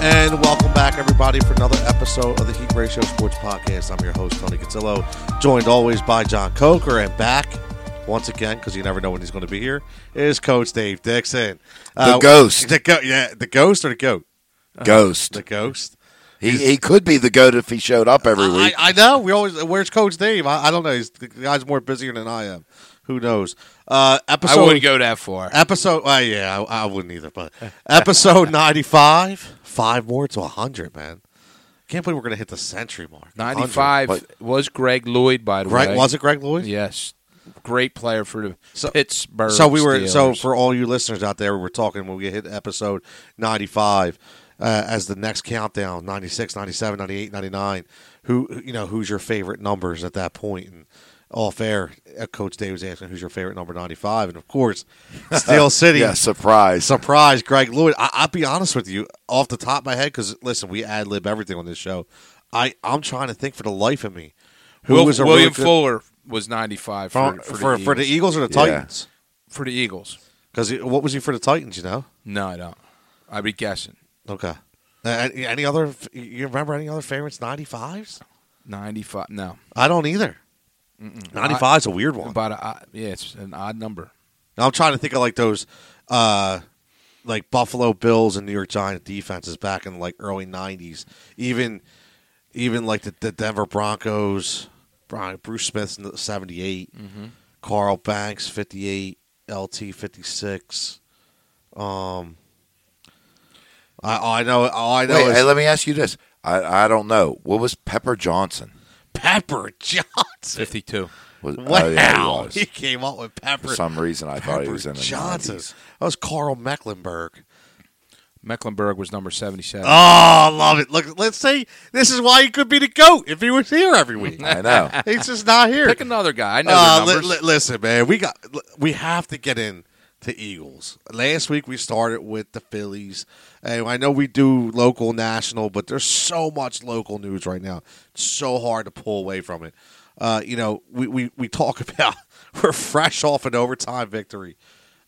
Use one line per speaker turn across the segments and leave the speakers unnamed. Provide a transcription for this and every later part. And welcome back, everybody, for another episode of the Heat Ratio Sports Podcast. I'm your host, Tony Cotillo, joined always by John Coker. And back once again, because you never know when he's going to be here, is Coach Dave Dixon. Uh,
The ghost.
The go- yeah, the ghost or the goat? Uh-huh.
Ghost.
The ghost.
He, he could be the goat if he showed up every week.
I, I know. We always. Where's Coach Dave? I, I don't know. He's, the guy's more busier than I am. Who knows? Uh,
I
episode.
wouldn't go that far.
Episode, well, yeah, I, I wouldn't either. But episode ninety-five, five more to hundred, man. Can't believe we're gonna hit the century mark.
95
100,
was Greg Lloyd, by the
100.
way.
right? Was it Greg Lloyd?
Yes. Great player for the
So-
Pittsburgh.
So we were. So
Steelers.
for all you listeners out there, we were talking when we hit episode ninety-five uh, as the next countdown: 96, 97, 98, 99. Who you know? Who's your favorite numbers at that point? And off air, uh, Coach Dave was asking, "Who's your favorite number?" Ninety-five, and of course, Steel City.
Yeah, surprise.
surprised Greg Lloyd. I, I'll be honest with you, off the top of my head, because listen, we ad lib everything on this show. I I'm trying to think for the life of me who
Wil-
was a
William
really good-
Fuller was 95
for,
for,
for,
for, the
for the
Eagles.
Eagles or the
Yeah.
Titans.
For the Eagles.
Because what was he for the Titans? You know,
No, I don't. I'd be guessing.
okay. Uh, any any other? f- You remember any other favorites? Ninety fives?
95. No.
I don't either. Ninety five is a weird one.
About a, odd- yeah, it's an odd number.
Now, I'm trying to think of like those, uh, like Buffalo Bills and New York Giants defenses back in like early '90s. Even, even like the, the Denver Broncos, Brian, Bruce Smith in the '78, Carl Banks '58, LT '56. Um, I all I know all I know
Wait,
is
hey, let me ask you this. I, I don't know. What was Pepper Johnson?
Pepper Johnson.
52.
Was, oh,
Wow,
yeah, he was.
he came up with Pepper.
For some reason, I thought he
Pepper
was in the
Johnson.
90s.
That was Carl Mecklenburg.
Mecklenburg was number 77.
Oh, I love it. Look, let's say this is why he could be the GOAT if he was here every week.
I know.
He's just not here.
Pick another guy. I know
Uh,
their
li-
numbers.
li- listen, man, we got li- we have to get in to Eagles. Last week we started with the Phillies, and I know we do local, national, but there's so much local news right now. It's so hard to pull away from it. Uh, you know, we, we we talk about we're fresh off an overtime victory.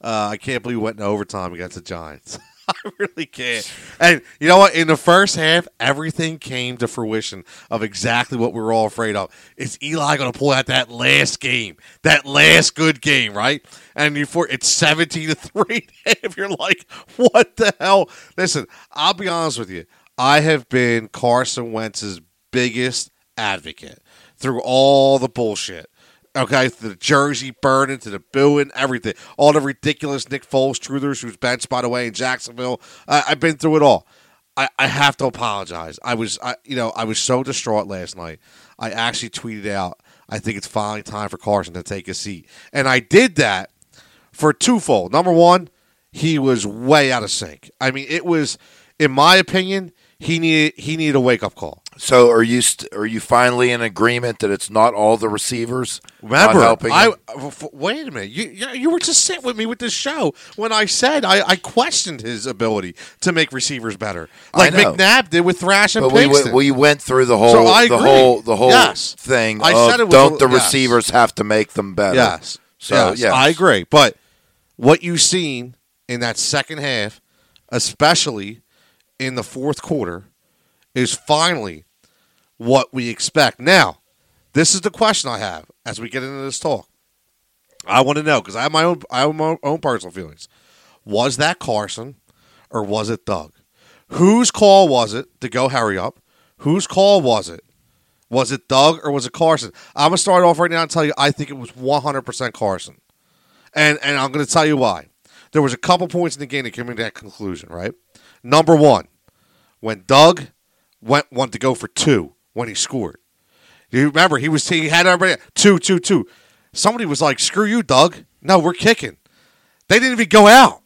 Uh, I can't believe we went in overtime against the Giants. I really can't. And you know what? In the first half, everything came to fruition of exactly what we were all afraid of. Is Eli going to pull out that last game, that last good game, right? And you for it's seventeen to three. If you're like, what the hell? Listen, I'll be honest with you. I have been Carson Wentz's biggest advocate through all the bullshit. Okay, to the jersey burning, to the booing, everything. All the ridiculous Nick Foles truthers who's benched, by the way, in Jacksonville. I, I've been through it all. I, I have to apologize. I was, I, you know, I was so distraught last night. I actually tweeted out, I think it's finally time for Carson to take a seat. And I did that for twofold. Number one, he was way out of sync. I mean, it was, in my opinion, he needed he needed a wake up call.
So are you st- are you finally in agreement that it's not all the receivers
Remember,
not helping?
I
him?
f- wait a minute. You you you were just sitting with me with this show when I said I, I questioned his ability to make receivers better, like
know.
McNabb did with Thrash and
but we,
Pinkston.
went- we went through the whole
So I
the
agree.
whole the whole
Yes.
thing.
I
of
said it was
don't
a-
the
yes.
receivers have to make them better?
yes,
So
yes,
yes.
I agree. But what you seen in that second half, especially in the fourth quarter, is finally what we expect. Now, this is the question I have as we get into this talk. I want to know because I have my own I have my own personal feelings. Was that Carson or was it Doug? Whose call was it to go hurry up? Whose call was it? Was it Doug or was it Carson? I'm gonna start off right now and tell you I think it was 100% Carson, and and I'm gonna tell you why. There was a couple points in the game that came to that conclusion. Right, number one, when Doug went wanted to go for two when he scored. You remember he was he had everybody two two two. Somebody was like, "Screw you, Doug! No, we're kicking." They didn't even go out,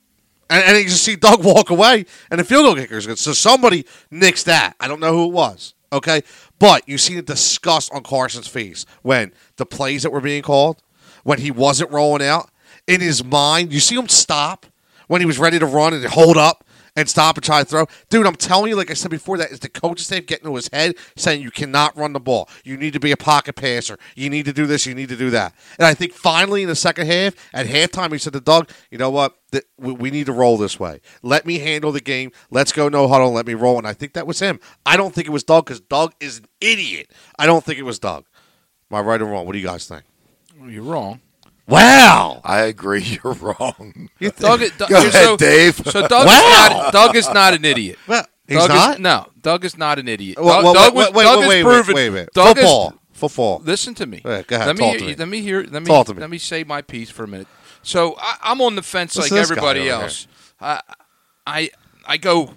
and, and you just see Doug walk away, and the field goal kicker's good. So somebody nixed that. I don't know who it was. Okay, but you see the disgust on Carson's face when the plays that were being called, when he wasn't rolling out in his mind. You see him stop when he was ready to run and hold up, and stop and try to throw. Dude, I'm telling you, like I said before, that is the coaching staff getting to his head saying you cannot run the ball. You need to be a pocket passer. You need to do this. You need to do that. And I think finally in the second half, at halftime, he said to Doug, you know what? Th- we- We need to roll this way. Let me handle the game. Let's go no huddle and let me roll. And I think that was him. I don't think it was Doug because Doug is an idiot. I don't think it was Doug. Am I right or wrong? What do you guys think?
You're wrong.
Wow.
I agree. You're wrong.
You
Doug, Doug-
Go ahead,
so,
Dave.
So
Wow.
Doug, is not, Doug is not an idiot.
Well, he's
Doug
not.
Is, no, Doug is not an idiot.
Well,
Doug,
well, wait,
Doug was-
wait,
Doug
wait,
is
wait, wait,
proven.
wait a minute.
Doug is-
football, football.
listen to me.
Yeah, go ahead.
Let me,
Talk
hear,
to me.
let me hear. Let me,
Talk to me.
Let me say my piece for a minute. So I, I'm on the fence
Listen
like
to this guy
everybody
over
else. I, I I go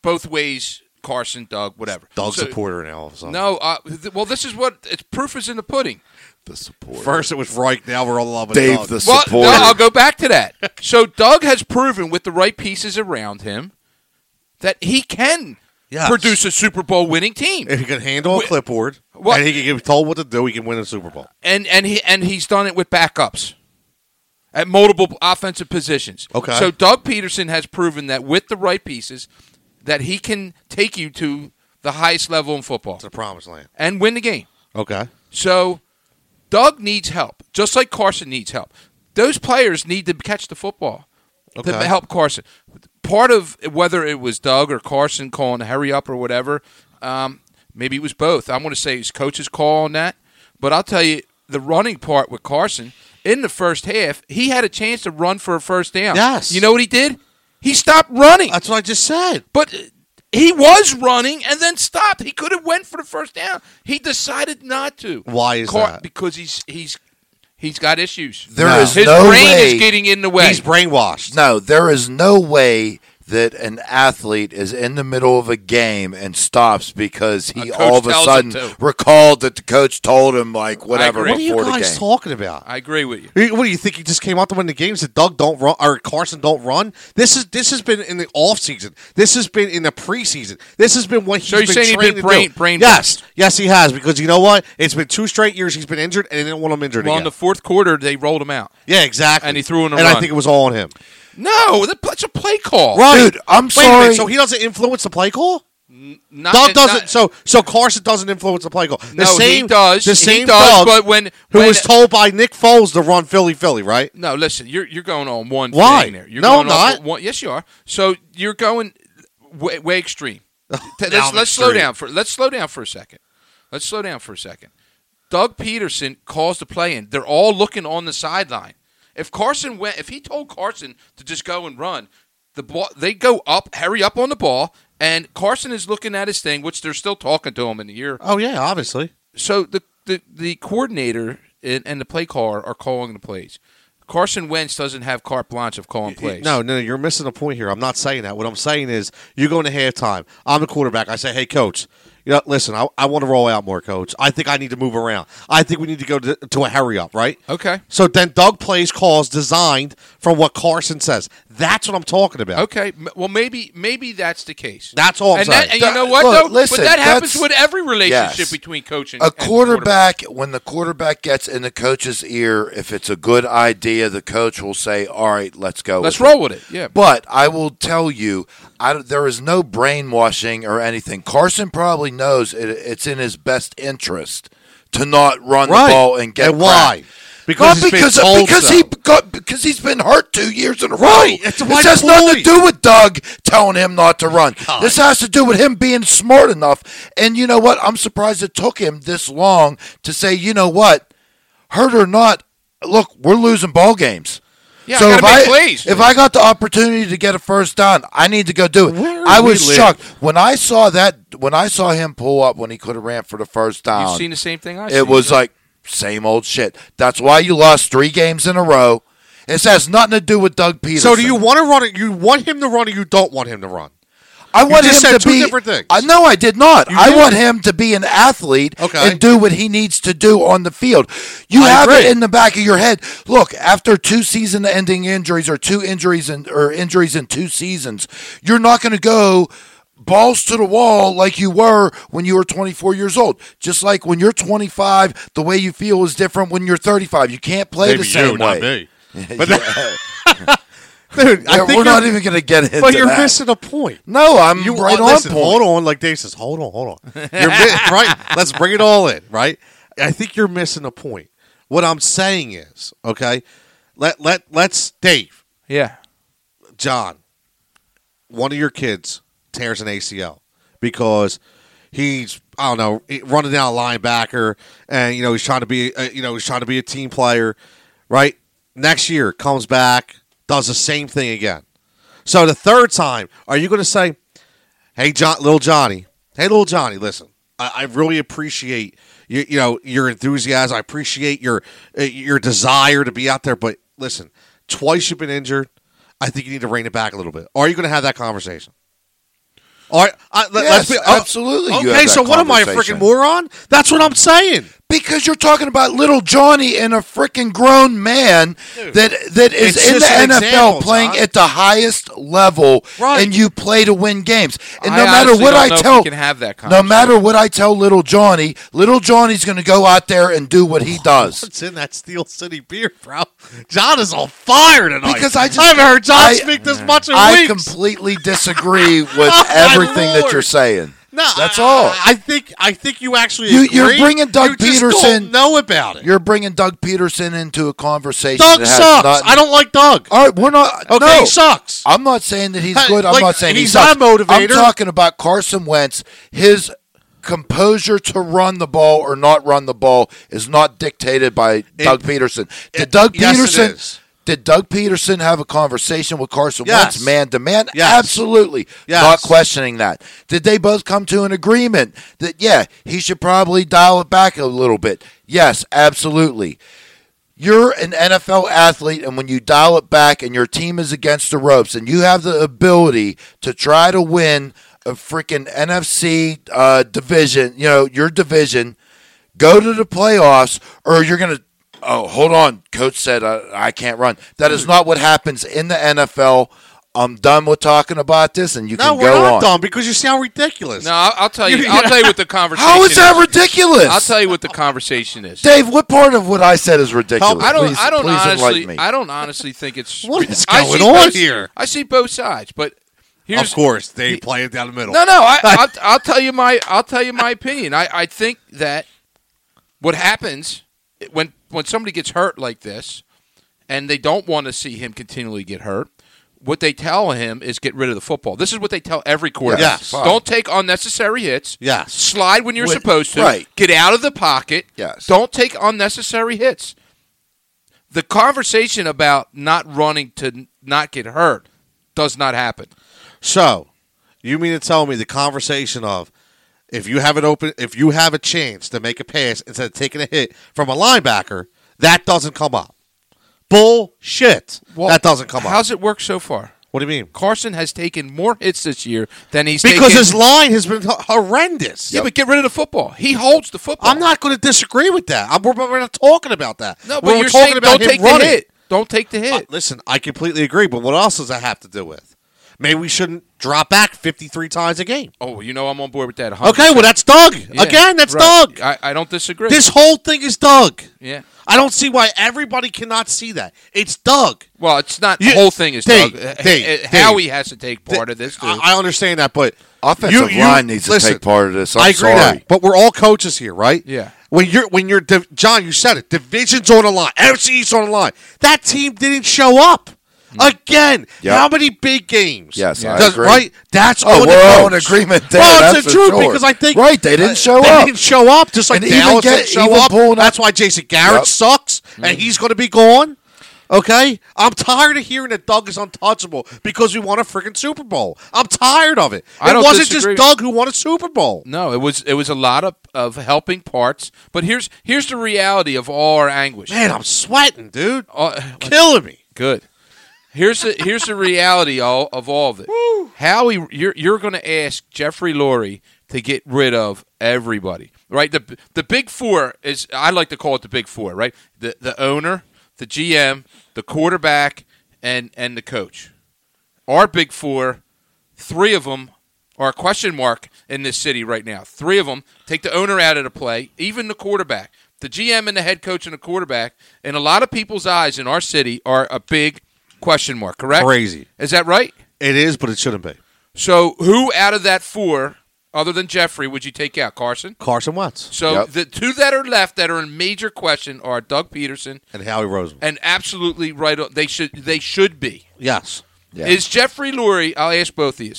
both ways. Carson, Doug, whatever.
Doug
So-
supporter now. all of a sudden.
No. Uh, th- well, this is what it's proof is in the pudding.
The support.
First it was Reich. Now we're all in love with
Dave
Doug.
the
Well,
support.
no, I'll go back to that. So Doug has proven with the right pieces around him that he can
Yes.
produce a Super Bowl winning team.
if he can handle a
Wh-
clipboard
What-
and he can get told what to do, he can win a Super Bowl.
and and he and he's done it with backups at multiple offensive positions.
Okay.
So Doug Peterson has proven that with the right pieces, that he can take you to the highest level in football
It's a promised land.
and win the game.
Okay.
So Doug needs help, just like Carson needs help. Those players need to catch the football to
Okay.
help Carson. Part of whether it was Doug or Carson calling hurry up or whatever, um, maybe it was both. I'm going to say his coach's call on that. But I'll tell you, the running part with Carson in the first half, he had a chance to run for a first down.
Yes.
You know what he did? He stopped running.
That's what I just said.
But he was running and then stopped. He could have went for the first down. He decided not to.
Why is
Car-
that?
Because he's he's he's got issues.
There
No.
is
His
no
brain
way.
is getting in the way.
He's brainwashed.
no, there is no way that an athlete is in the middle of a game and stops because he
A coach
all of a
tells
sudden
him to.
recalled that the coach told him like whatever
agree.
What are you
before the
guys
game.
talking about?
I agree with you.
Hey, What do you think? He just came out to win the game. Said Doug don't run or Carson don't run. This is this has been in the off season. This has been in the preseason. This has been what he's
So you're
been
saying he's
trained
been
to
brain-
do.
brainwashed?
Yes, yes, he has because you know what? It's been two straight years he's been injured, and they didn't want him injured
Well, in
again.
the fourth quarter, they rolled him out.
yeah, exactly.
and he threw in a
and I
run.
think it was all on him.
No, that- that's a play call.
Dude, I'm
Wait A
sorry.
minute, so he doesn't influence the play call.
Not-
Doug doesn't.
not-
so so Carson doesn't influence the play call. The
no,
same
he does.
The same
he does.
Doug
but when
who
when-
was told by Nick Foles to run Philly Philly, right?
No, listen, you're you're going on one
Why?
thing there. You're
No,
going
I'm
off
not.
of One, yes, you are. So you're going way, way extreme. T-
Now
let's
I'm
let's slow
extreme.
down for let's slow down for a second. Let's slow down for a second. Doug Peterson calls the play in. They're all looking on the sideline. If Carson went, if he told Carson to just go and run, the ball they go up, hurry up on the ball, and Carson is looking at his thing, which they're still talking to him in the ear
Oh yeah, obviously.
so the the, the coordinator and, and the play caller are calling the plays. Carson Wentz doesn't have carte blanche of calling plays.
No, no, no, you're missing the point here. I'm not saying that. What I'm saying is you're going to halftime. I'm the quarterback. I say, hey, coach, you know, listen, I, I want to roll out more, coach. I think I need to move around. I think we need to go to, to a hurry up, right?
Okay.
So then Doug plays calls designed from what Carson says. That's what I'm talking about.
Okay. M- Well, maybe maybe that's the case.
That's all I'm
and
saying.
that- and you
That-
know what?
look,
though,
listen,
but that happens
that's-
with every relationship
Yes.
between coach and
a
and
quarterback, when the quarterback gets in the coach's ear, if it's a good idea, the coach will say, "All right, let's go."
Let's
with it."
roll with it. Yeah.
But I will tell you, I, don't- there is no brainwashing or anything. Carson probably knows it, it's in his best interest to not run
Right.
the ball and get
why?
cracked.
Because
Not
he's been
because
told
because
so.
he got, because he's been hurt two years in a row.
Right. It's a
this
white
has nothing to
boy.
do with Doug telling him not to run. This has to do with him being smart enough. And you know what? I'm surprised it took him this long to say, you know what, hurt or not, look, we're losing ball games.
Yeah,
so
I
if
gotta
I
make plays.
if I got the opportunity to get a first down, I need to go do it.
Where
I
do we
was
live?
shocked when I saw that when I saw him pull up when he could have ran for the first down.
You've seen the same thing I
It was like same old shit. That's why you lost three games in a row. This has nothing to do with Doug Peterson.
So do you want to run it? You want him to run or you don't want him to run?
I want
just
him
said
to
two
be.
different things.
I no, I did not.
You
I
did.
want him to be an athlete
Okay.
and do what he needs to do on the field. You
I
have it
agree.
in the back of your head. Look, after two season-ending injuries or two injuries in, or injuries in two seasons, you're not going to go balls to the wall like you were when you were 24 years old. Just like when you're 25, the way you feel is different when you're 35. You can't play the same way.
But Dude, I
We're-
think
we're not
you're-
even going to get into
But you're
that.
missing a point.
No, I'm
You
right
uh,
on
listen,
point.
Hold on, like Dave says, hold on, hold on. You're mi- right. Let's bring it all in, right? I think you're missing a point. What I'm saying is, okay, let let let's Dave,
Yeah.
John, one of your kids tears an ACL because he's I don't know running down a linebacker, and you know he's trying to be uh, you know he's trying to be a team player, right? Next year comes back, does the same thing again. So the third time, are you going to say, "Hey, John, little Johnny, hey, little Johnny, listen, I, I really appreciate you, you know your enthusiasm. I appreciate your uh, your desire to be out there, but listen, twice you've been injured. I think you need to rein it back a little bit. Are you going to have that conversation? All right, I, let,
Yes,
let's be oh,
absolutely you have
Okay,
that
so what am I, a
conversation.
freaking moron? That's what I'm saying.
Because you're talking about little Johnny and a freaking grown man that that is
It's
in the
just an
NFL
example,
playing
John.
at the highest level,
Right.
and you play to win games. And
I
no matter
honestly
what
don't
I
know if
tell,
we can have that
no matter what I tell little Johnny, little Johnny's going to go out there and do what he does.
What's in that Steel City beer, bro? John is on fire tonight.
Because I just-
haven't heard John
I- Mm-hmm.
speak this much in
I
weeks.
completely disagree with
my
everything that
Lord.
you're saying.
No,
That's
I-
all.
I, I think I think you actually
You-
agree.
you're bringing Doug
You just
Peterson-
Don't know about it?
You're bringing Doug Peterson into a conversation.
Doug
that has
sucks.
nothing-
I don't like Doug.
All right, we're not.
Okay,
Oh, no.
he sucks.
I'm not saying that he's
Hey,
good. I'm
like,
not saying he
he's
sucks.
my motivator.
I'm talking about Carson Wentz. His composure to run the ball or not run the ball is not dictated by Doug Peterson. Did
it-
Doug
yes, it
Peterson?
is.
Did Doug Peterson have a conversation with Carson
Yes.
Wentz man to man?
Yes.
Absolutely.
Yes.
Not questioning that. Did they both come to an agreement that, yeah, he should probably dial it back a little bit? Yes, absolutely. You're an NFL athlete, and when you dial it back and your team is against the ropes and you have the ability to try to win a freaking NFC uh, division, you know, your division, go to the playoffs, or you're going to. Oh, hold on. Coach said I, I can't run. That is not what happens in the NFL. I'm done with talking about this, and you
No,
can
we're
go
not
on.
dumb because you sound ridiculous.
No, I'll, I'll tell you. I'll tell you what the conversation.
How is that ridiculous?
I'll tell you what the conversation is.
Dave, what part of what I said is ridiculous?
I don't.
Please-
I don't
please
honestly.
enlighten me.
I don't honestly think it's
What is
I see
going on
both-
here?
I see both sides, but here's
of course they play it down the middle.
no, no. I, I'll, I'll tell you my. I'll tell you my opinion. I, I think that what happens when when somebody gets hurt like this, and they don't want to see him continually get hurt. What they tell him is get rid of the football. This is what they tell every quarterback.
Yes. Yes.
Don't take unnecessary hits.
Yes.
Slide when you're
Wait,
supposed to.
right.
Get out of the pocket.
Yes.
Don't take unnecessary hits. The conversation about not running to n- not get hurt does not happen.
So, you mean to tell me the conversation of if you have an open, if you have a chance to make a pass instead of taking a hit from a linebacker, that doesn't come up? Bullshit. that doesn't come up.
How's it work so far?
What do you mean?
Carson has taken more hits this year than he's
Because
taken.
his line has been h- horrendous.
yeah, but get rid of the football. He holds the football.
I'm not going to disagree with that. I'm, we're, we're not talking about that.
No, but
We're
you're
talking
saying
about
don't
him
take
running.
the hit. Don't take the hit.
Uh, listen, I completely agree, but what else does that have to do with? Maybe we shouldn't drop back 53 times a game.
oh, you know I'm on board with that. 100%.
Okay, well, that's Doug.
Oh, Yeah,
Again, that's
right.
Doug.
I, I don't disagree.
This whole thing is Doug.
yeah.
I don't see why everybody cannot see that. It's Doug.
Well, it's not
You-
the whole thing is
Dave,
Doug. Uh,
Dave,
uh, Howie has to take part of this too.
I, I understand that, but
Offensive
you- you-
line needs to
listen,
take part of this. I'm
I agree
sorry.
with that, but we're all coaches here, right?
Yeah.
When you're when you're div- John, you said it. Divisions on the line, NFC East on the line. That team didn't show up again.
Mm. Yep.
How many big games?
Yes, I agree.
Right. That's on
Oh, we're
the
all in
coach.
agreement there,
Well,
that's
it's
for
the truth
sure.
because I think
Right, they didn't show
they
up.
didn't show up. Just like
And even
Dallas
get-
didn't show
even
up.
pulling
That's why Jason Garrett
Yep. Mm.
sucks, and he's going to be gone. Okay, I'm tired of hearing that Doug is untouchable because we won a freaking Super Bowl. I'm tired of it.
I
it
don't
wasn't
disagree.
just Doug who won a Super Bowl.
No, it was it was a lot of, of helping parts. But here's here's the reality of all our anguish.
Man, I'm sweating, dude.
Uh,
Killing me.
good. Here's the here's the reality all, of all of it. Howie, you're you're going to ask Jeffrey Lurie to get rid of everybody, right? The the big four is I like to call it the big four, right? The the owner, the GM, the quarterback, and and the coach. Our big four, three of them are a question mark in this city right now. Three of them take the owner out of the play, even the quarterback. The GM and the head coach and the quarterback, in a lot of people's eyes in our city, are a big question mark, correct?
Crazy.
Is that right?
It is, but it shouldn't be.
So who out of that four, other than Jeffrey, would you take out? Carson?
Carson Wentz
So
Yep.
the two that are left that are in major question are Doug Peterson
and Howie Roseman.
and absolutely right o- they should they should be.
Yes.
Yeah.
Is Jeffrey Lurie, I'll ask both of you.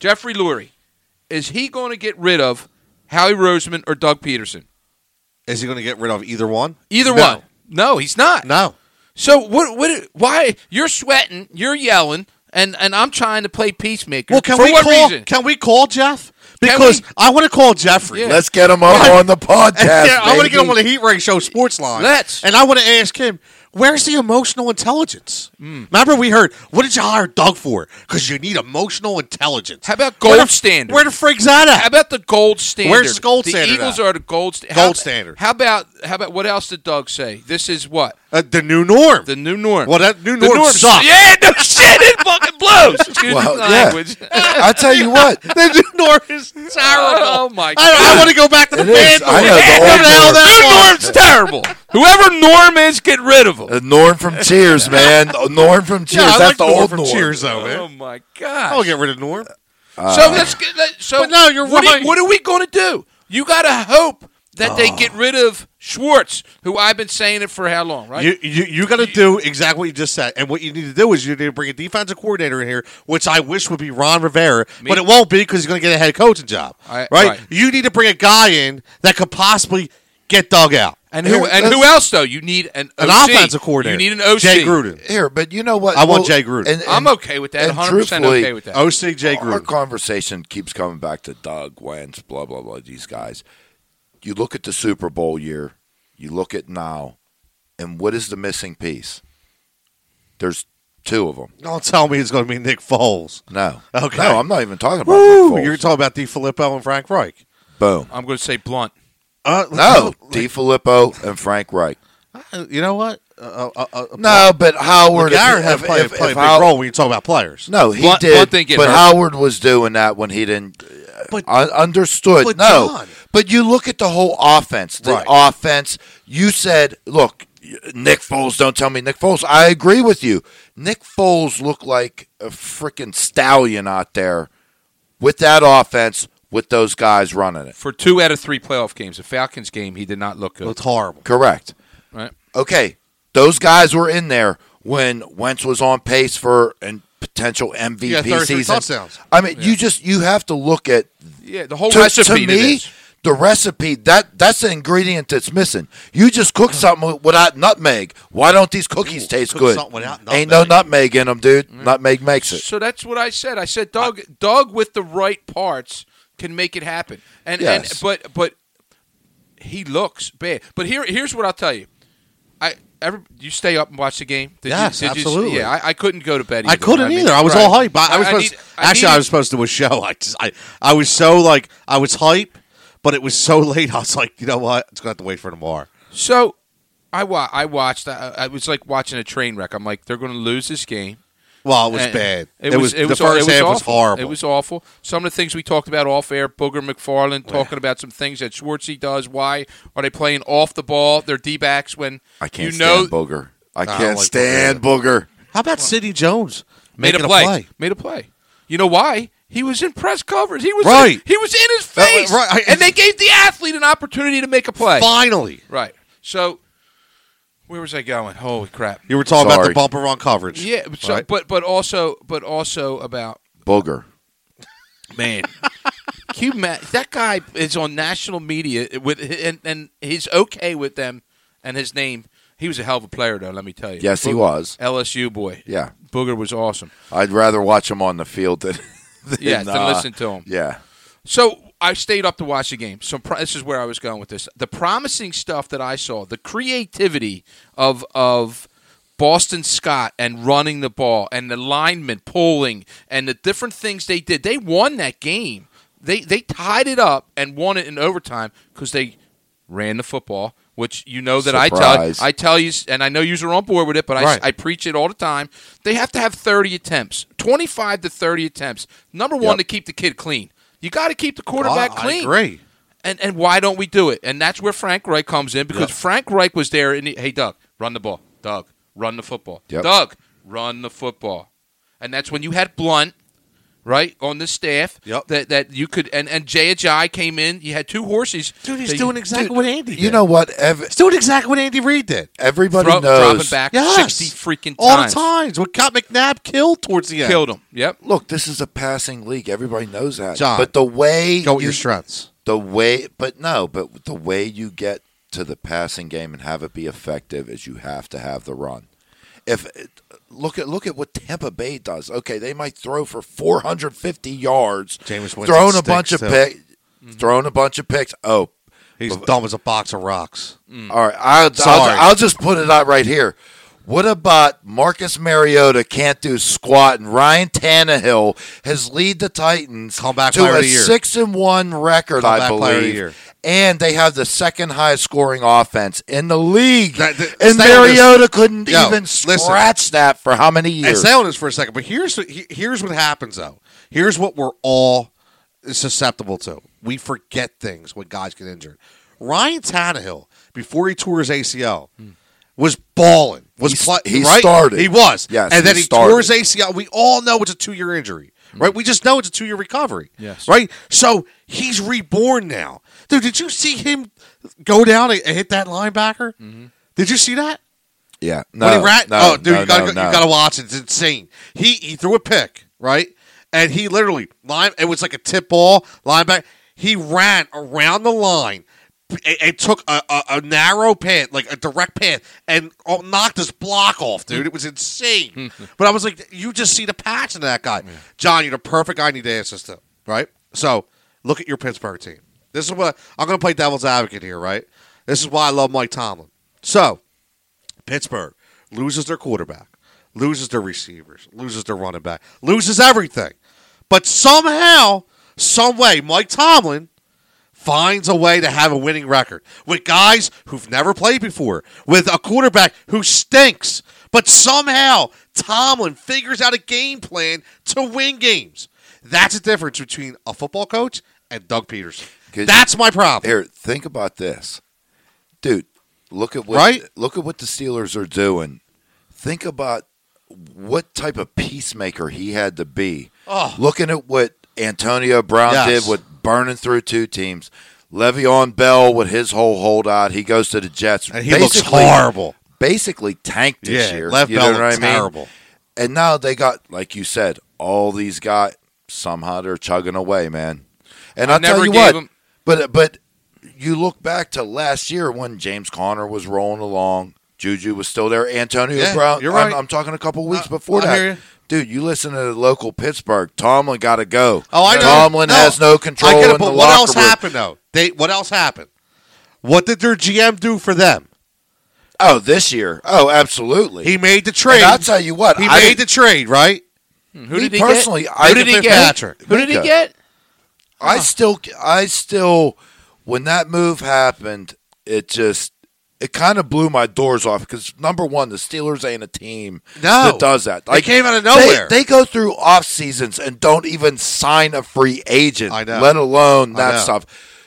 Jeffrey Lurie, is he going to get rid of Howie Roseman or Doug Peterson?
Is he going to get rid of either one?
Either
No.
one. No, he's not.
No.
So what? What? Why you're sweating? You're yelling, and and I'm trying to play peacemaker.
Well, can
for
we
what
call?
reason?
Can we call Jeff?
Can
Because
we-
I want to call Jeffrey.
Yeah.
Let's get him up on the podcast.
yeah, I want to get him
baby.
on the Heat Ray Show Sports Line.
Let's.
And I want to ask him, where's the emotional intelligence? Remember, we heard, what did you hire Doug for? Because you need emotional intelligence.
How about
Where
gold
the-
standard?
Where the frig's that
How
at?
about the gold standard?
Where's the gold
the
standard
Eagles
at?
are the gold standard.
Gold standard.
How about? How about? What else did Doug say? This is what
Uh, the new norm.
the new norm.
well, that new
the
norm,
norm
sucks.
Yeah, no shit, it fucking blows. Excuse
Well,
me,
yeah.
language.
I tell you what,
The new norm is terrible.
Oh, my
I, I want to go back to the
It is.
band.
I know, the
Remember
old
how
norm.
that
New
was?
norm's terrible. Whoever norm is, get rid of him.
Uh, Norm from Cheers, man. Uh, Norm from Cheers.
Yeah, I
That's
like
the
norm
old
from
Norm.
Cheers, though,
oh
man.
my god.
I'll get rid of norm.
So let's get. Let, so
But no, you're
what
right.
Are, what are we going to do? You got to hope that they get rid of Schwartz, who I've been saying it for how long, right?
You you, you got to do exactly what you just said, and what you need to do is you need to bring a defensive coordinator in here, which I wish would be Ron Rivera, but it won't be because he's going to get a head coaching job,
I-
right?
right.
You need to bring a guy in that could possibly get dug out.
and who
Here,
and who else though? You need an
An
OC.
offensive coordinator.
You need an OC.
Jay Gruden.
Here, but you know what?
I want Jay Gruden.
I'm okay with that.
and
100 percent okay
truthfully,
with that.
OC Jay
Our
Gruden.
conversation keeps coming back to Doug Wentz, blah blah blah. These guys. You look at the Super Bowl year. You look at now, and what is the missing piece? There's two of them.
Don't tell me it's going to be Nick Foles.
No,
Okay.
no, I'm not even talking about
Woo!
Nick Foles.
You're talking about DiFilippo and Frank Reich.
Boom.
I'm going to say blunt.
Uh,
No, DiFilippo and Frank Reich.
uh, you know what? Uh, uh, uh, uh,
No, but Howard.
Garrett had played played a big
Howard-
role when you talk about players.
No, he
Blunt-
did.
Blunt didn't get
but
hurt.
Howard was doing that when he didn't.
But-
But understood.
but
no,
John-
but you look at the whole offense. The
Right.
offense. You said, look, Nick Foles. Don't tell me Nick Foles. I agree with you. Nick Foles looked like a freaking stallion out there with that offense with those guys running it.
For two out of three playoff games, the Falcons game, he did not look good.
It's horrible.
Correct.
Right?
okay, those guys were in there when Wentz was on pace for a potential MVP
Yeah, 33
season.
touchdowns.
I mean, you just you have to look at
Yeah, the whole
to, to
recipe.
me
this.
the recipe that that's the ingredient that's missing. You just cook something without nutmeg. Why don't these cookies
Ooh,
taste
cook
good?
something without
Ain't no
nutmeg.
nutmeg in them, dude. Nutmeg makes it.
So that's what I said. I said Doug Doug with the right parts can make it happen. And
Yes.
and but but he looks bad. But here here's what I'll tell you. I ever you stay up and watch the game? Did
Yes,
you, did
absolutely.
You, yeah, I, I couldn't go to bed. Either.
I couldn't
mean,
either. I was
right.
all hype. I, I was
I
supposed,
need- I
actually
needed-
I was supposed to do a show. I just I, I was so like I was hype, but it was so late. I was like, you know what? It's gonna have to wait for tomorrow.
So I wa- I watched. I, I was like watching a train wreck. I'm like, they're going to lose this game.
Well, it was
And
bad. It, was, the first
aw- it
half was
awful.
horrible.
It was awful. Some of the things we talked about off air, Booger
Oh,
McFarland talking about some things that Schwartzy does. Why are they playing off the ball? They're D backs when
I can't
you know
stand booger. I
don't
can't
like
stand booger.
How about Sidney Jones
made
making
a play. Made a play. You know why? He was in press coverage. He was
Right.
he was in his
That
face.
was- right, I-
and they gave the athlete an opportunity to make a play.
Finally,
Right. So where was I going? Holy crap.
you were talking about the
Sorry.
bumper on coverage.
Yeah, so,
right?
but but also but also about
Booger.
man. Can you ma- that guy is on national media with and, and he's okay with them and his name. He was a hell of a player though, let me tell you.
Yes, he was.
LSU boy.
Yeah,
Booger was awesome.
I'd rather watch him on the field than, than
Yeah, to
uh,
listen to him.
Yeah.
So I stayed up to watch the game. So pro- this is where I was going with this. The promising stuff that I saw, the creativity of of Boston Scott and running the ball and the linemen pulling and the different things they did. They won that game. They they tied it up and won it in overtime because they ran the football, which you know that I
Surprise.
tell I tell you, and I know you're on board with it, but I,
Right.
I preach it all the time. They have to have 30 attempts, 25 to 30 attempts. Number one,
Yep.
to keep the kid clean. You got to keep the quarterback
I,
clean.
I agree.
And and why don't we do it? And that's where Frank Reich comes in because Frank Reich was there. And he, hey, Doug, run the ball. Doug, run the football.
Yep.
Doug, run the football. And that's when you had Blunt, right, on the staff.
Yep.
That that you could and and Jay Ajayi came in. You had two horses.
Dude, he's
that you-
doing exactly
Dude,
what Andy did.
You know what? Ev-
he's doing exactly what Andy Reid did.
everybody
throw, dropping
knows.
back
Yes.
sixty freaking times.
All the times. What got McNabb killed towards the end.
Killed him. Yep.
Look, this is a passing league. Everybody knows that.
John,
but the way
Go with
you-
your strengths.
the way, but no, but the way you get to the passing game and have it be effective is you have to have the run. If look at look at what Tampa Bay does. Okay, they might throw for 450 yards,
Jameis Winston
throwing a
stinks,
bunch of
too.
picks,
Mm-hmm.
throwing a bunch of picks. Oh,
He's dumb as a box of rocks.
all right. I'll,
Mm. Sorry.
I'll, I'll just put it out right here. What about Marcus Mariota can't do squat and Ryan Tannehill has lead the Titans
Comeback
to
player
a
of the year.
six and one record, I
Comeback player of the year.
believe, and they have the second highest scoring offense in the league.
That- that-
and
stay on this.
Mariota couldn't
Yo,
even
listen.
scratch that for how many
And
years?
stay on this for a second, but here's what- he- here's what happens though. Here's what we're all susceptible to. We forget things when guys get injured. Ryan Tannehill, before he tore his ACL, was balling. Was
He s-
pla-
he
right?
started.
He was.
Yes,
and then
he
he tore
started.
his ACL. We all know it's a two year injury, right? We just know it's a two year recovery,
Yes.
right? So he's reborn now, dude. Did you see him go down and and hit that linebacker? Did you see that?
yeah, no,
When he rat-
no,
oh, dude,
no,
you gotta
no,
go-
no.
you gotta watch it. It's insane. He he threw a pick right, and he literally line. It was like a tip ball linebacker. He ran around the line. and and took a, a, a narrow path, like a direct path, and oh, knocked his block off, dude. It was insane. but I was like, you just see the patch in that guy, John. You're the perfect guy I need to answer to, right? So look at your Pittsburgh team. This is what I'm going to play devil's advocate here, right? This is why I love Mike Tomlin. So Pittsburgh loses their quarterback, loses their receivers, loses their running back, loses everything. But somehow, some way, Mike Tomlin finds a way to have a winning record with guys who've never played before, with a quarterback who stinks. But somehow, Tomlin figures out a game plan to win games. That's the difference between a football coach and Doug Peterson.
'Cause-
That's my problem.
Here, think about this, dude. Look at what
Right?
look at what the Steelers are doing. Think about what type of peacemaker he had to be.
Oh.
Looking at what Antonio Brown
Yes.
did with burning through two teams. Le'Veon Bell with his whole holdout, he goes to the Jets.
And he looks horrible.
Basically tanked this
Yeah,
year.
Lev
You
Bell
know what I
looked
mean?
terrible.
And now they got, like you said, all these guys. Somehow they're chugging away, man. And
I
I will tell
never
you
gave
what,
him-
but but you look back to last year when James Conner was rolling along, Juju was still there, Antonio
Yeah,
Brown.
you're
I'm,
right.
I'm talking a couple weeks
I-
before
I
that,
hear you.
dude. You listen to the local Pittsburgh. Tomlin got to go.
Oh, I know.
Tomlin has no control.
I get it,
in
but
the
what
locker
else
room.
happened though? They what else happened? What did their GM do for them?
Oh, this year. Oh, absolutely.
He made the trade.
and I'll tell you what.
he
I
made the trade, right?
Mm-hmm. Who
Me
did he
personally,
get?
I-
Who did he get?
Patrick.
Who did he
Minka.
get?
I still, I still, when that move happened, it just, it kind of blew my doors off because number one, the Steelers ain't a team
No.
that does that.
They came out of
they-
nowhere.
They, go through off seasons and don't even sign a free agent,
I know.
let alone
I
that
know.
stuff.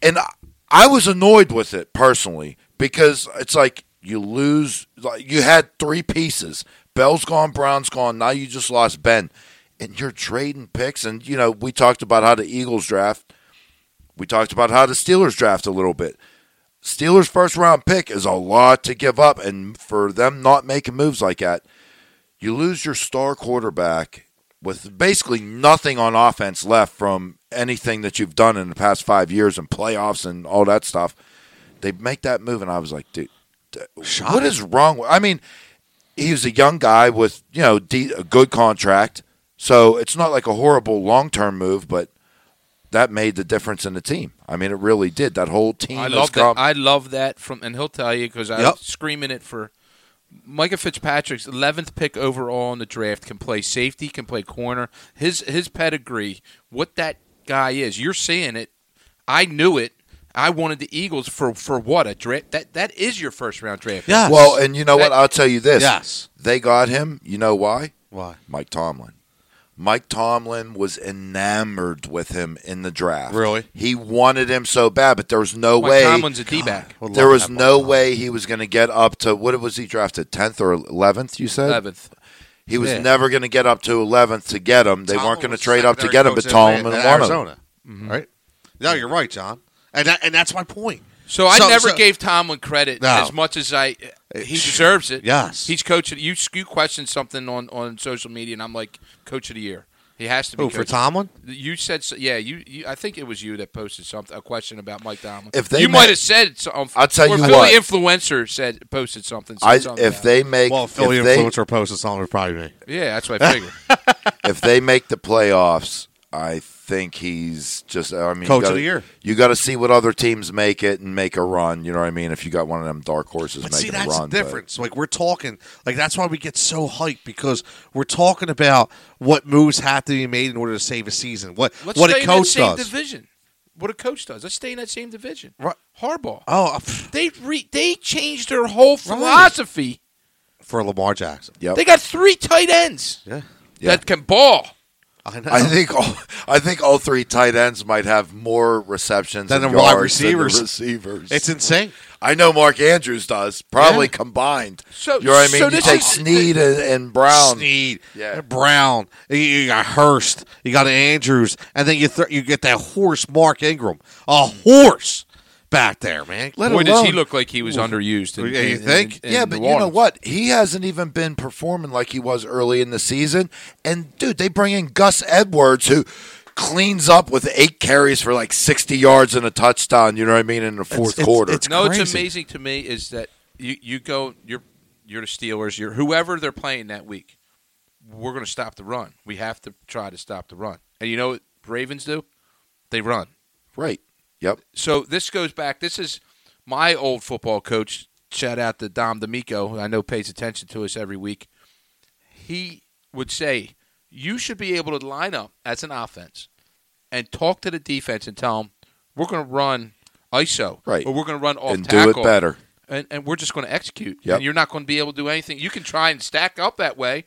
And I, I was annoyed with it personally because it's like you lose, like you had three pieces. Bell's gone, Brown's gone. Now you just lost Ben, and you're trading picks. And you know we talked about how the Eagles draft. We talked about how the Steelers draft a little bit. Steelers first round pick is a lot to give up, and for them not making moves like that, you lose your star quarterback with basically nothing on offense left from anything that you've done in the past five years and playoffs and all that stuff. They make that move, and I was like, dude, d- what is wrong? with- I mean, he was a young guy with you know de- a good contract, so it's not like a horrible long term move, but. That made the difference in the team. I mean, it really did. That whole team.
I
has
love
gone-
that. I love that from, and he'll tell you because I
Yep.
was screaming it for Micah Fitzpatrick's eleventh pick overall in the draft. Can play safety, can play corner. His his pedigree, what that guy is. You're seeing it. I knew it. I wanted the Eagles for for what a draft. That that is your first round draft.
Yeah. Yes.
Well, and you know what?
That-
I'll tell you this.
Yes.
They got him. You know why?
Why?
Mike Tomlin. Mike Tomlin was enamored with him in the draft.
Really?
He wanted him so bad, but there was no
Mike
way.
Tomlin's a D back.
Would love
there
to
was
have
no
Mike Tomlin.
way he was going to get up to what was he drafted? Tenth or eleventh? You said
Eleventh.
He was
Yeah.
never going to get up to 11th to get him. They
Tomlin
weren't going to
was
trade up to
secondary
get him,
coach
but Tomlin
in
won him. Mm-hmm.
Arizona, right? No, you're right, John, and that, and that's my point.
So I
So-
never
so-
gave Tomlin credit
No.
as much as I he deserves it.
Yes.
he's coaching. You you questioned something on on social media, and I'm like, coach of the year. He has to be.
Who for
coach-
Tomlin?
You said so, yeah. You, you I think it was you that posted something a question about Mike Tomlin.
If they
you
ma-
might have said something.
I'll tell
or
you
Philly
what.
influencer said posted something. said
I,
something
if
about
they make
Well,
if
Philly
they-
influencer posted something would probably me.
it. yeah, that's what I figured.
if they make the playoffs, I think he's just. I mean, you
Coach of
gotta-
the year.
You got to see what other teams make it and make a run. You know what I mean? If you got one of them dark horses
But
making
see, that's
a run,
the difference. Like we're talking, like that's why we get so hyped because we're talking about what moves have to be made in order to save a season. What
Let's
what
stay
a
in that
coach
same
does.
division. What a coach does. Let's stay in that same division.
Right.
Harbaugh.
Oh, pff,
They re- they changed their whole philosophy.
for Lamar Jackson.
Yep.
They got three tight ends
Yeah,
Oh. Yeah.
that can ball.
I know.
I think all, I think all three tight ends might have more receptions
Than
and
the wide
yards than the
receivers.
receivers.
it's insane.
I know Mark Andrews does probably
Yeah.
combined.
So-
you know what I mean?
so
you
this
take
is-
Snead and, and Brown.
Sneed,
Yeah.
Brown. You- You got Hurst. You got Andrews, and then you th- you get that horse Mark Ingram, a horse back there, man.
Let
Boy, does he
alone-
look like he was underused. In,
Yeah, you
in-
think?
in- in
yeah, but
New
you know
Orleans.
what? He hasn't even been performing like he was early in the season. And dude, they bring in Gus Edwards who cleans up with eight carries for like 60 yards and a touchdown, you know what I mean, in the fourth
it's-
quarter.
it's-
No, it's
crazy.
amazing to me is that you, you go you're you're the Steelers, you're whoever they're playing that week. We're going to stop the run. We have to try to stop the run. And you know what Ravens do? They run.
right. Yep.
So this goes back. This is my old football coach. Shout out to Dom D'Amico, who I know pays attention to us every week. He would say, "You should be able to line up as an offense and talk to the defense and tell them we're going to run ISO,
Right.
or we're going to run off
and
tackle,
do it better.
and, and we're just going to execute.
Yep.
And you're not going to be able to do anything. You can try and stack up that way,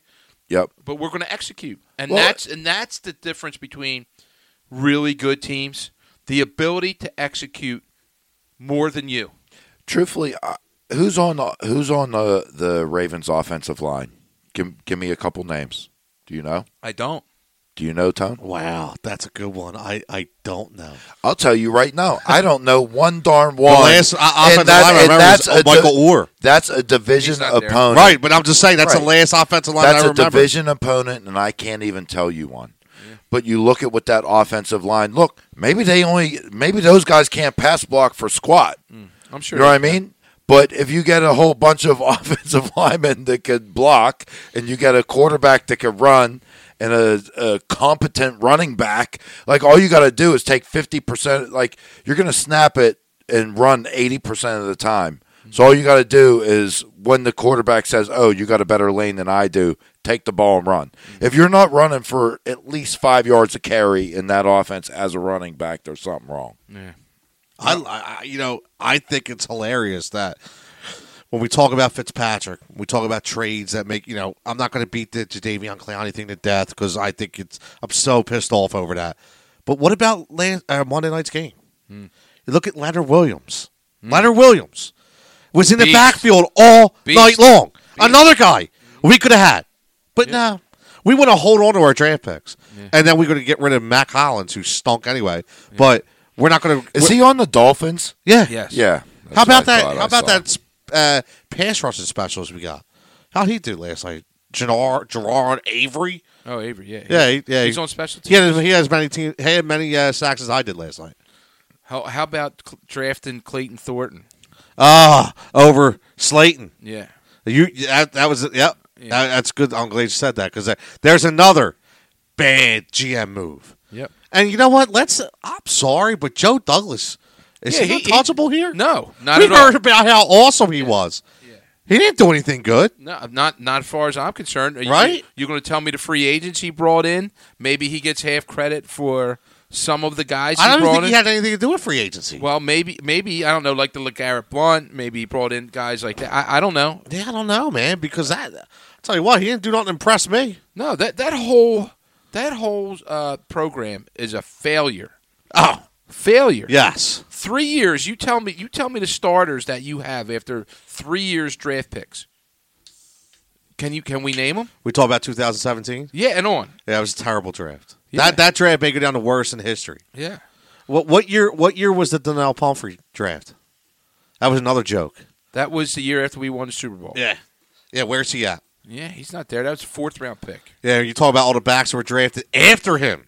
Yep.
but we're going to execute. And
Well-
that's and that's the difference between really good teams, the ability to execute more than you.
Truthfully, uh, who's on the, who's on the, the Ravens offensive line? Give, give me a couple names. Do you know?
I don't.
Do you know, Tone?
Wow, that's a good one. I, I don't know.
I'll tell you right now. I don't know one darn
The
one.
last uh, offensive
And that-
line I
and
remember was
that's a
Michael
di-
Orr.
That's a
He's
division
not there.
opponent.
Right, but I'm just saying that's the
Right.
last offensive line
That's
I
a
remember.
division opponent, and I can't even tell you one. But you look at what that offensive line. Look, maybe they only maybe those guys can't pass block for squat.
I'm sure.
You know what I mean? But if you get a whole bunch of offensive linemen that could block, and you get a quarterback that could run, and a, a competent running back, like all you got to do is take fifty percent. Like you're going to snap it and run eighty percent of the time. So all you got to do is when the quarterback says, "Oh, you got a better lane than I do," take the ball and run. If you're not running for at least five yards a carry in that offense as a running back, there's something wrong.
I, I, I- you know, I think it's hilarious that when we talk about Fitzpatrick, we talk about trades that make you know. I'm not going to beat the Jadavion Clowney thing to death because I think it's. I'm so pissed off over that. But what about last, uh, Monday night's game?
Hmm.
You look at Leonard Williams. Leonard Williams was in the
Beast.
backfield all
Beast. Hmm.
night long. Another guy we could have had, but no. We want to hold on to our draft picks, and then we're going to get rid of Mac Hollins, who stunk anyway. But we're not going to.
Is he on the Dolphins?
Yeah.
Yes.
Yeah.
How
That's what I
about that?
thought
How
I
about
saw.
that uh, pass rushing specials we got? How'd he do last night? Gerard, Gerard Avery.
Oh, Avery. Yeah.
Yeah, he, yeah.
He's
he,
on special
he
teams.
had he has many team, he had many uh, sacks as I did last night.
How, how about cl- drafting Clayton Thornton?
Ah, over Slayton.
Yeah.
You that, that was yep.
Yeah.
That- that's good. I'm glad you said that because there's another bad GM move.
Yep.
And you know what? Let's. I'm sorry, but Joe Douglas is
Yeah,
he,
he- he-
untouchable here?
No, not
we
at all.
heard about how awesome he was. He didn't do anything good.
No, not not as far as I'm concerned. Are you-
Right?
You're going to tell me the free agents he brought in? Maybe he gets half credit for some of the guys
I
he
don't even
brought
think
in.
he had anything to do with free agency.
Well, maybe, maybe I don't know, like the LeGarrette Blunt. Maybe he brought in guys like that. I, I don't know.
yeah, I don't know, man, because that. I'll tell you what, he didn't do nothing to impress me.
No, that that whole that whole uh, program is a failure.
Oh,
Failure.
yes.
Three years. You tell me. You tell me the starters that you have after three years draft picks. Can you? Can we name them?
We talk about 2017.
Yeah, and on.
Yeah, it was a terrible draft.
Yeah.
That that draft may go down to worst in history.
Yeah.
What what year? What year was the Donnell Pumphrey draft? That was another joke.
That was the year after we won the Super Bowl.
Yeah, yeah. Where's he at?
Yeah, he's not there. That was a fourth round pick.
Yeah, you talk about all the backs that were drafted after him.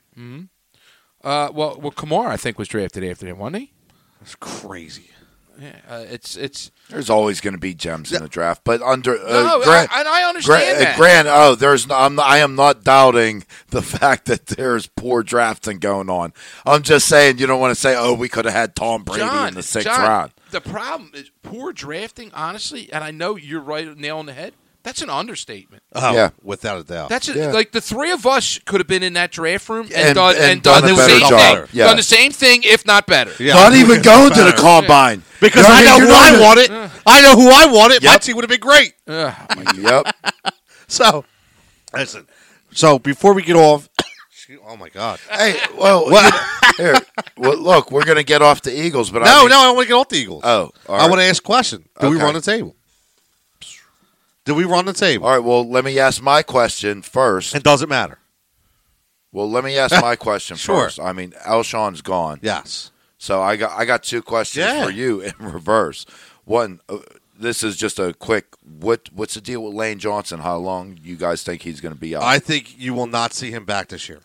Uh, well, well, Kamara I think was drafted after him, wasn't he?
That's crazy.
Yeah. Uh, it's it's.
There's always going to be gems in the draft, but under uh,
no,
Grant,
I, and I
Gra-
understand
uh,
that.
Grant, oh, there's. No, I'm, I am not doubting the fact that there's poor drafting going on. I'm just saying you don't want to say, oh, we could have had Tom Brady
John,
in the sixth
John,
round.
The problem is poor drafting, honestly. And I know you're right, nail on the head. That's an understatement.
Oh,
Yeah.
without a doubt.
That's a,
Yeah.
like the three of us could have been in that draft room and,
And-
done,
and
and done,
done
a
the
better
same
job.
thing.
Yeah.
Done the same thing, if not better.
Yeah.
not even going to the
Better.
combine
because
You
I
what
know
mean?
who
You're
I
not-
wanted. I know who I wanted. My
Yep.
team would have been great.
Ugh.
Yep.
So, listen. So before we get off, Excuse- oh my god.
Hey, well, you- here, well, look, we're going to get off the Eagles, but I
No,
mean-
no, I want to get off the Eagles.
Oh, all
I
right.
want to ask a question. Do we
Okay.
run the table? Do we run the table?
All right, well, let me ask my question first.
It doesn't matter.
Well, let me ask my question
Sure.
first. I mean, Alshon's gone.
Yes.
So I got I got two questions
Yeah.
for you in reverse. One, uh, this is just a quick what what's the deal with Lane Johnson? How long you guys think he's going to be out?
I think you will not see him back this year.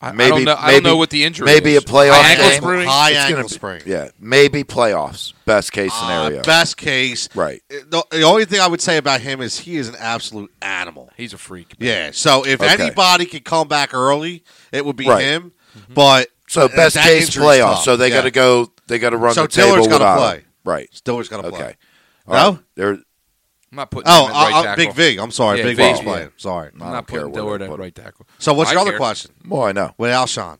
I, I
Maybe-
don't know. I don't
maybe-
know what the injury.
maybe a
is.
playoff
High ankle
game.
sprain?
High
It's gonna
ankle
be-
sprain.
yeah, maybe playoffs. Best case
Uh,
scenario.
best case.
right.
The, the only thing I would say about him is he is an absolute animal.
He's a freak.
Yeah. So if
Okay.
anybody could come back early, it would be
Right. Mm-hmm.
him. But
So
Uh, that
best case
injury's
playoffs.
tough.
So they
Yeah.
got to go. They got to run
So
the
Tiller's
table
gotta
without
play.
him. Right.
Stiller's got to
okay.
play.
All right.
No?
There.
I'm not putting.
Oh,
him at
I-
right
I-
tackle.
Big V. I'm sorry.
Yeah,
Big
Vig,
V's
yeah.
playing. Sorry.
I'm
I
not
don't care
putting
where
Dillard
they
at
put
right tackle.
So what's
I
your other
care.
question?
Well, I know.
With Alshon.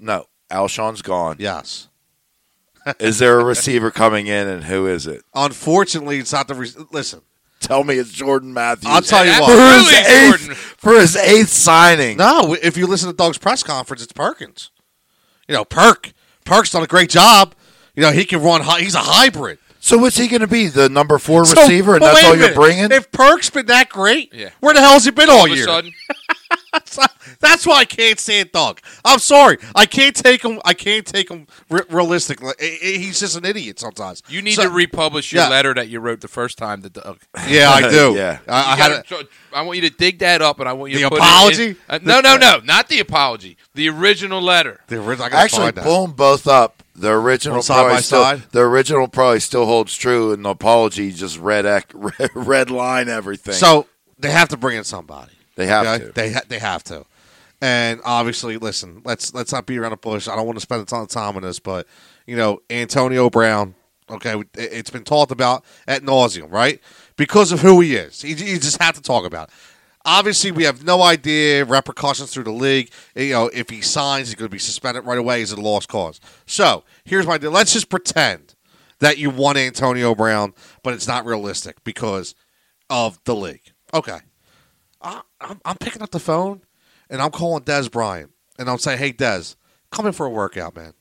No. Alshon's gone.
Yes.
Is there a receiver coming in, and who is it?
Unfortunately, it's not the re- listen.
Tell me it's Jordan Matthews.
I'll tell Oh, you
Yeah,
for
what.
his,
Really,
eighth,
Jordan?
for his eighth signing.
No, if you listen to Doug's press conference, it's Perkins. You know, Perk. Perk's done a great job. You know, he can run. High, he's a hybrid
So what's he going to be? The number four
So-
receiver, and
but
that's
wait a
all you're
minute.
bringing?
If Perk's been that great,
Yeah.
where the hell's he been all,
All of a
year?
sudden,
That's why I can't stand Doug. I'm sorry, I can't take him. I can't take him re- realistically. I- I- He's just an idiot sometimes.
you need
So-
to republish your
Yeah.
letter that you wrote the first time to Doug.
Yeah, I do.
Yeah.
I, I
You
had.
gotta- so- I want you to dig that up, and I want you
The
to put it
apology?
in- uh, no, no, no, not the apology. The original letter.
a- the original- I gotta
Actually,
find that.
boom, both up. The original
On side
probably
by
still,
side?
the original probably still holds true, and the apology just red ec- red, red line everything.
So they have to bring in somebody.
they have
Okay?
to.
They ha- they have to. And obviously, listen. Let's let's not beat around the bush. I don't want to spend a ton of time on this, but you know, Antonio Brown. Okay, it- it's been talked about at nauseum, right? Because of who he is, you, you just have to talk about. It. Obviously, we have no idea repercussions through the league. You know, if he signs, he's going to be suspended right away. Is it a lost cause? So here's my deal. Let's just pretend that you want Antonio Brown, but it's not realistic because of the league. Okay, I, I'm, I'm picking up the phone and I'm calling Des Bryant and I'm saying, "Hey, Des, come in for a workout, man.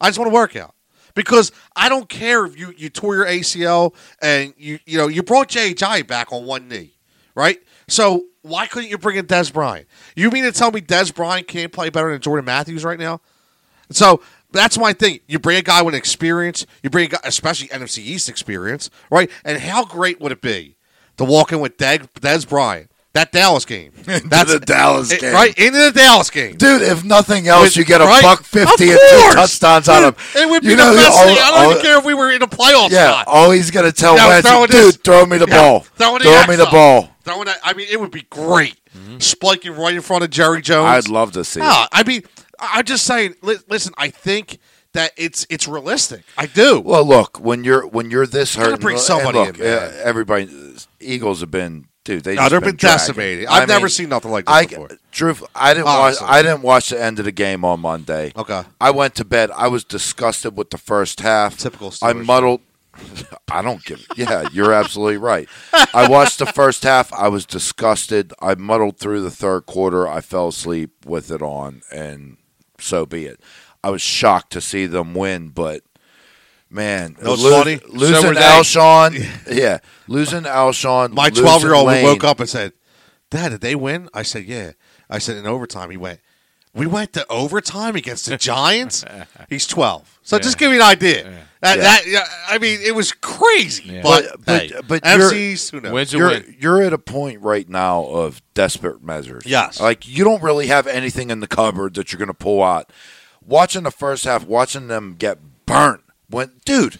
I just want a workout because I don't care if you you tore your ACL and you you know you brought Jay Jay back on one knee, right? So why couldn't you bring in Des Bryant? You mean to tell me Des Bryant can't play better than Jordan Matthews right now? So that's my thing. You bring a guy with experience, you bring a guy, especially NFC East experience, right? And how great would it be to walk in with Deg, Des Bryant that Dallas game? That's
the Dallas
it-
game.
right into the Dallas game.
Dude, if nothing else,
With-
you get a
right?
buck fifty
Of
and two
course.
touchdowns out of him.
It would be
You
the
know,
best
all-
thing. I don't
all-
even care if we were in a playoff
Yeah,
spot.
all he's going to tell
Yeah,
Wentz,
throw it
dude,
this-
throw me the ball.
Throwing the
throw
axe
me the
up.
ball. Mm-hmm.
Throwing that, I mean, it would be great. Spiking right in front of Jerry Jones.
I'd love to see. it.
Ah, I mean, I- I'm just saying. Li- listen, I think that it's it's realistic. I do.
Well, look when you're when you're this
gotta
hurt.
bring
and
somebody
look,
in, man.
uh, Everybody, Eagles have been dude. They
No,
just
they've been
dragging.
decimated. I've never seen nothing like this
I,
before.
Truth, I didn't
Honestly.
watch. I didn't watch the end of the game on Monday.
Okay.
I went to bed. I was disgusted with the first half.
Typical
I
Steelers.
muddled. I don't give. Yeah, you're absolutely right. I watched the first half. I was disgusted. I muddled through the third quarter. I fell asleep with it on, and so be it. I was shocked to see them win, but Man,
know what's
lo-
funny? So
losing
were they.
Alshon, yeah, losing Alshon.
My
losing
12 year old
Lane.
woke up and said, Dad, did they win? I said, Yeah. I said, In overtime, he went, We went to overtime against the Giants? He's 12. So just give me an idea. That,
Yeah.
that- yeah, I mean, it was crazy.
Yeah.
But,
But-
hey,
but- but you're-
MCs, who knows?
Wins a
You're
win.
you're at a point right now of desperate measures.
Yes.
like you don't really have anything in the cupboard that you're going to pull out. Watching the first half, watching them get burnt, went, dude.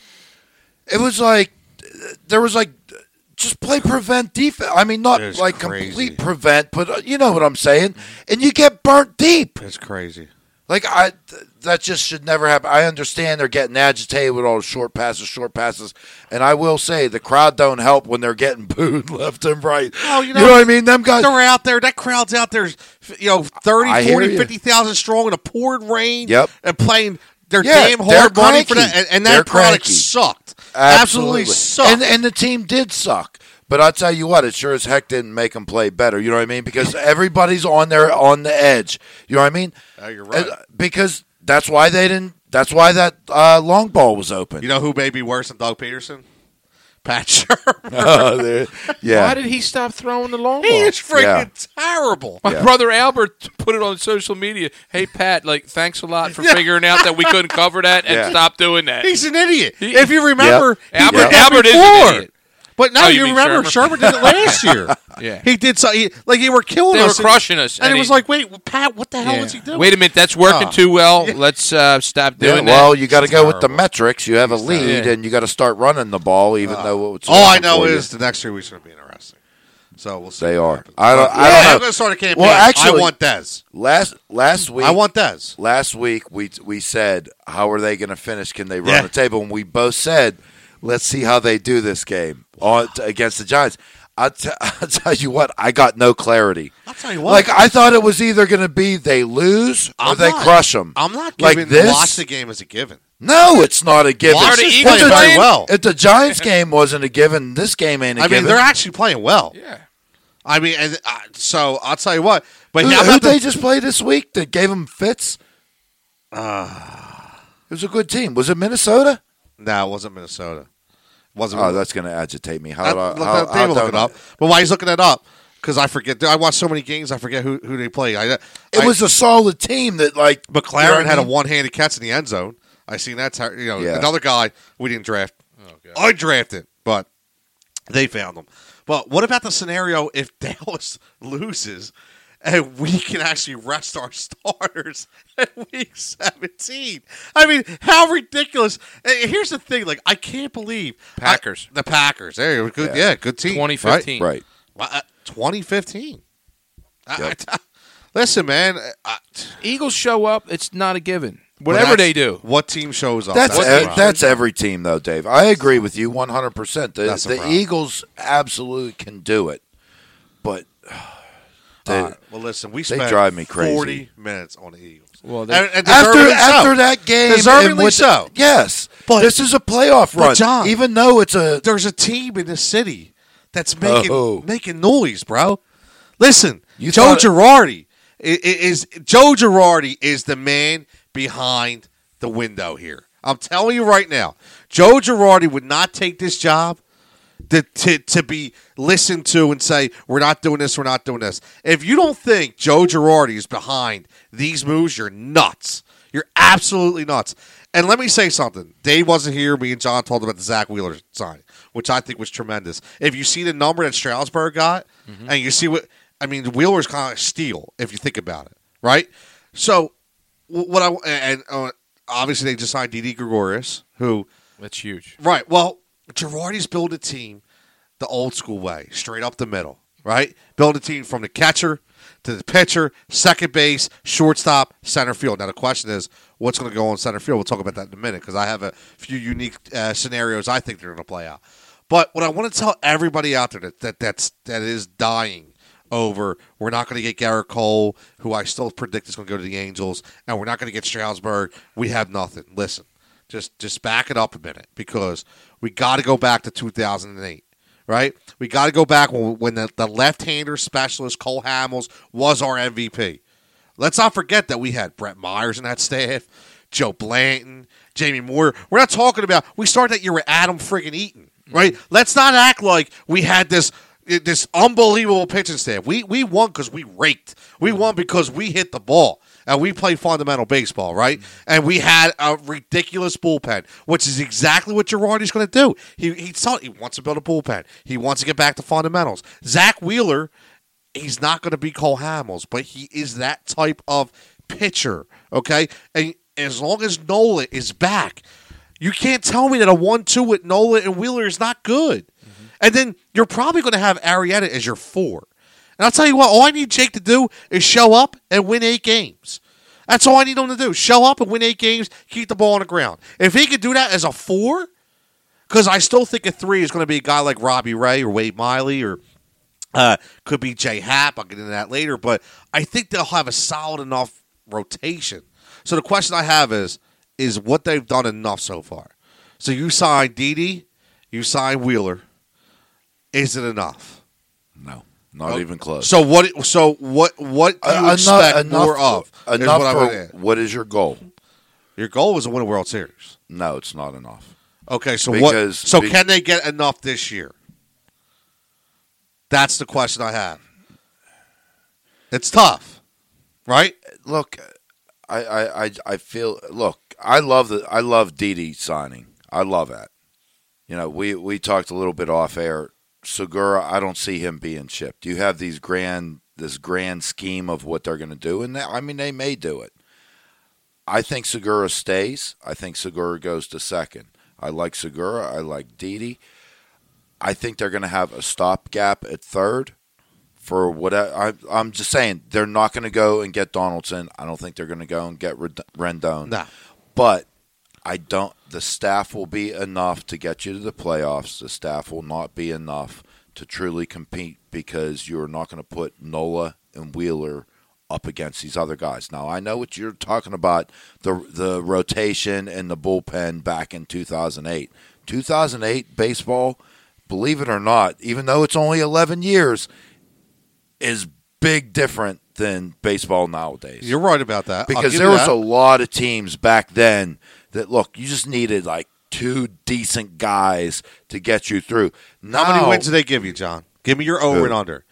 It was like there was like just play prevent defense. I mean, not
It was
like
crazy.
complete prevent, but uh, you know what I'm saying. And you get burnt deep.
It's crazy.
Like I, th- that just should never happen. I understand they're getting agitated with all the short passes, short passes, and I will say the crowd don't help when they're getting booed left and right.
Oh, you know-
what I mean? Them guys.
They're out there. That crowd's out there, you know, 30,
I hear
40,
you.
50,000 strong in a pouring rain
Yep.
and playing their
Yeah,
damn
they're
hard money for
cranky.
that. And, and
They're
that product
cranky.
sucked. Absolutely, sucked.
And and the team did suck. But I tell you what, it sure as heck didn't make them play better. You know what I mean? Because everybody's on their on the edge. You know what I mean?
Oh, you're right.
And- because that's why they didn't. That's why that uh, long ball was open.
You know who may be worse than Doug Peterson? Pat Shermer.
Oh, there- yeah.
Why did he stop throwing the long
he
ball?
is freaking
Yeah.
terrible.
My
Yeah.
brother Albert put it on social media. Hey Pat, like thanks a lot for figuring out that we couldn't cover that and
Yeah.
stop doing that.
He's an idiot. if you remember,
Yep.
he
Albert,
did that
Albert is
before.
an idiot.
But now
Oh, you
you,
mean
remember
Shermer?
Shermer did it last year.
Yeah.
he did so. He, like they were killing
They were
us, and-
crushing us,
and,
and
it was
he-
like, wait, Pat, what the hell
Yeah.
was he doing?
Wait a minute, that's working
Oh.
too well. Let's uh, stop
Yeah,
doing
well,
that.
you got to go with the metrics. You have a lead,
Yeah.
and you got to start running the ball, even though it's
Uh, All I
working
know
for you.
is the next three weeks are going to be interesting. So we'll see.
They
what
are.
happens.
I don't-
Yeah,
I don't know.
I'm going to start a campaign.
Well, actually-
I want Dez.
last last week.
I want Dez.
last week we we said how are they going to finish? Can they run
Yeah.
the table? And we both said, let's see how they do this game on, against the Giants. I t- I'll tell you what, I got no clarity.
I'll tell you what.
Like I thought it was either going to be they lose or
I'm
they
not-
crush them.
I'm not
Like
giving
this?
watch the game as a given.
no, it's not a given.
Watch
the
If
Eagles
the
play
Gi-
well.
If the Giants game wasn't a given, this game ain't a
I
given.
mean, they're actually playing well.
yeah.
I mean, and uh, so I'll tell you what. But
Who,
how
who
about
they
the,
just play this week that gave them fits? Ah. it was a good team. Was it Minnesota?
no, it wasn't Minnesota. It wasn't.
Oh, that's going to agitate me. How
I,
do I?
look,
how,
Dave
how
will
do
look it
I-
up. But why he's looking it up? Because I forget. I watch so many games. I forget who, who they play. I,
It
I-
was a solid team that like
McLaren
you know what I
had a
mean?
one-handed catch in the end zone. I seen that. tar- You know,
Yeah.
another guy we didn't draft.
God.
I drafted, but they found him. But what about the scenario if Dallas loses and we can actually rest our starters at week 17? I mean, how ridiculous. Eh, Here's the thing, like I can't believe
Packers.
I- the Packers. There you go. Good, yeah. good team.
2015.
Right.
Right? Wow, uh, 2015. I-
Yep.
I- listen, man, I-
Eagles show up, it's not a given. Whatever they
that's-
do.
What team shows up?
That's
What
ev-
team should
that's every team though, Dave. I agree with you 100. percent The,
That's a
the
problem.
Eagles absolutely can do it, but they-
All right. Well, listen, we spent
drive me crazy.
forty minutes on the Eagles.
Well, they-
and, and
after
deservedly so.
after that game,
Deservedly
and with-
so.
Yes,
But-
this is a playoff
but
run.
John-
even though it's a
there's a team in this city that's making
Oh.
making noise, bro. Listen,
You
Joe
thought-
Girardi i- i- is Joe Girardi is the man behind the window here. I'm telling you right now, Joe Girardi would not take this job to, to, to be listened to and say, we're not doing this, we're not doing this. If you don't think Joe Girardi is behind these moves, you're nuts. You're absolutely nuts. And let me say something. Dave wasn't here. Me and John talked about the Zach Wheeler sign, which I think was tremendous. If you see the number that Strasburg got, and you see what, I mean, Wheeler's kind of like steal, if you think about it, right? So, wh- what I, and uh, obviously they just signed DD Gregorius, who,
That's huge.
Right. Well, Girardi's built a team the old school way, straight up the middle. Right. Build a team from the catcher to the pitcher, second base, shortstop, center field. Now the question is, what's going to go on center field? We'll talk about that in a minute because I have a few unique uh, scenarios I think they're going to play out. But what I want to tell everybody out there that, that that's that is dying over. We're not going to get Garrett Cole, who I still predict is going to go to the Angels, and we're not going to get Stroudsburg. We have nothing. Listen, just just back it up a minute because we got to go back to 2008, right? We got to go back when, when the, the left-hander specialist Cole Hamels was our MVP. Let's not forget that we had Brett Myers in that staff, Joe Blanton, Jamie Moore. We're not talking about we started that year with Adam friggin' Eaton, right? Let's not act like we had this this unbelievable pitching staff. We we won because we raked. We won because we hit the ball and we play fundamental baseball, right? And we had a ridiculous bullpen, which is exactly what Girardi's going to do. He he, saw, he wants to build a bullpen. He wants to get back to fundamentals. Zach Wheeler, he's not going to be Cole Hamels, but he is that type of pitcher. Okay, and as long as Nola is back, you can't tell me that a one-two with Nola and Wheeler is not good. And then you're probably going to have Arietta as your four. And I'll tell you what, all I need Jake to do is show up and win eight games. That's all I need him to do. Show up and win eight games, keep the ball on the ground. If he could do that as a four, because I still think a three is going to be a guy like Robbie Ray or Wade Miley or uh, could be Jay Happ. I'll get into that later. But I think they'll have a solid enough rotation. So the question I have is, is what they've done enough so far? So you signed Didi, you signed Wheeler. Is it enough?
No, not
Oh,
even close.
So what? So what? What do you
Uh, enough-
expect
enough
more of?
enough
is what I
for-
would add.
what is your goal?
Your goal was to win a World Series.
No, it's not enough.
Okay, so what?
Because-
So
be-
can they get enough this year? That's the question I have. It's tough, right?
Look, I I, I, I feel look. I love the I love Didi signing. I love that. You know, we we talked a little bit off air. Segura, I don't see him being shipped. You have these grand this grand scheme of what they're going to do, and they, I mean they may do it. I think Segura stays. I think Segura goes to second. I like Segura. I like Didi. I think they're going to have a stopgap at third for what I, I, I'm just saying. They're not going to go and get Donaldson. I don't think they're going to go and get Red- Rendon.
No.
But I don't. The staff will be enough to get you to the playoffs. The staff will not be enough to truly compete because you're not going to put Nola and Wheeler up against these other guys. Now I know what you're talking about the the rotation and the bullpen back in 2008. 2008 baseball, believe it or not, even though it's only 11 years, is big different than baseball nowadays
You're right about that. I'll
because
give
there
you
was
that.
a lot of teams back then that look you just needed like two decent guys to get you through. Now,
How many wins did they give you, John? Give me your over
Who?
and under.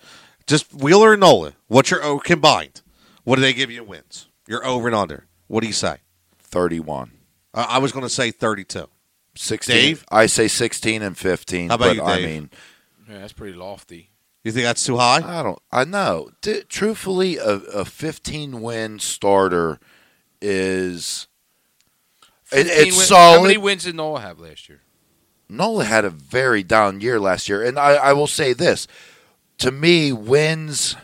Just Wheeler and Nola. What's your over combined? What do they give you in wins? Your over and under. What do you say?
Thirty-one,
Uh, I was going to say thirty-two.
sixteen.
Dave?
I say sixteen and fifteen.
How about
but
you,
I
Dave?
mean,
Yeah, that's pretty lofty.
You think that's too high?
I don't. I know. D- truthfully, a, a fifteen-win starter is. It,
15
it's
win- How
solid.
many wins did Noah have last year?
Nola had a very down year last year, and I, I will say this: to me, wins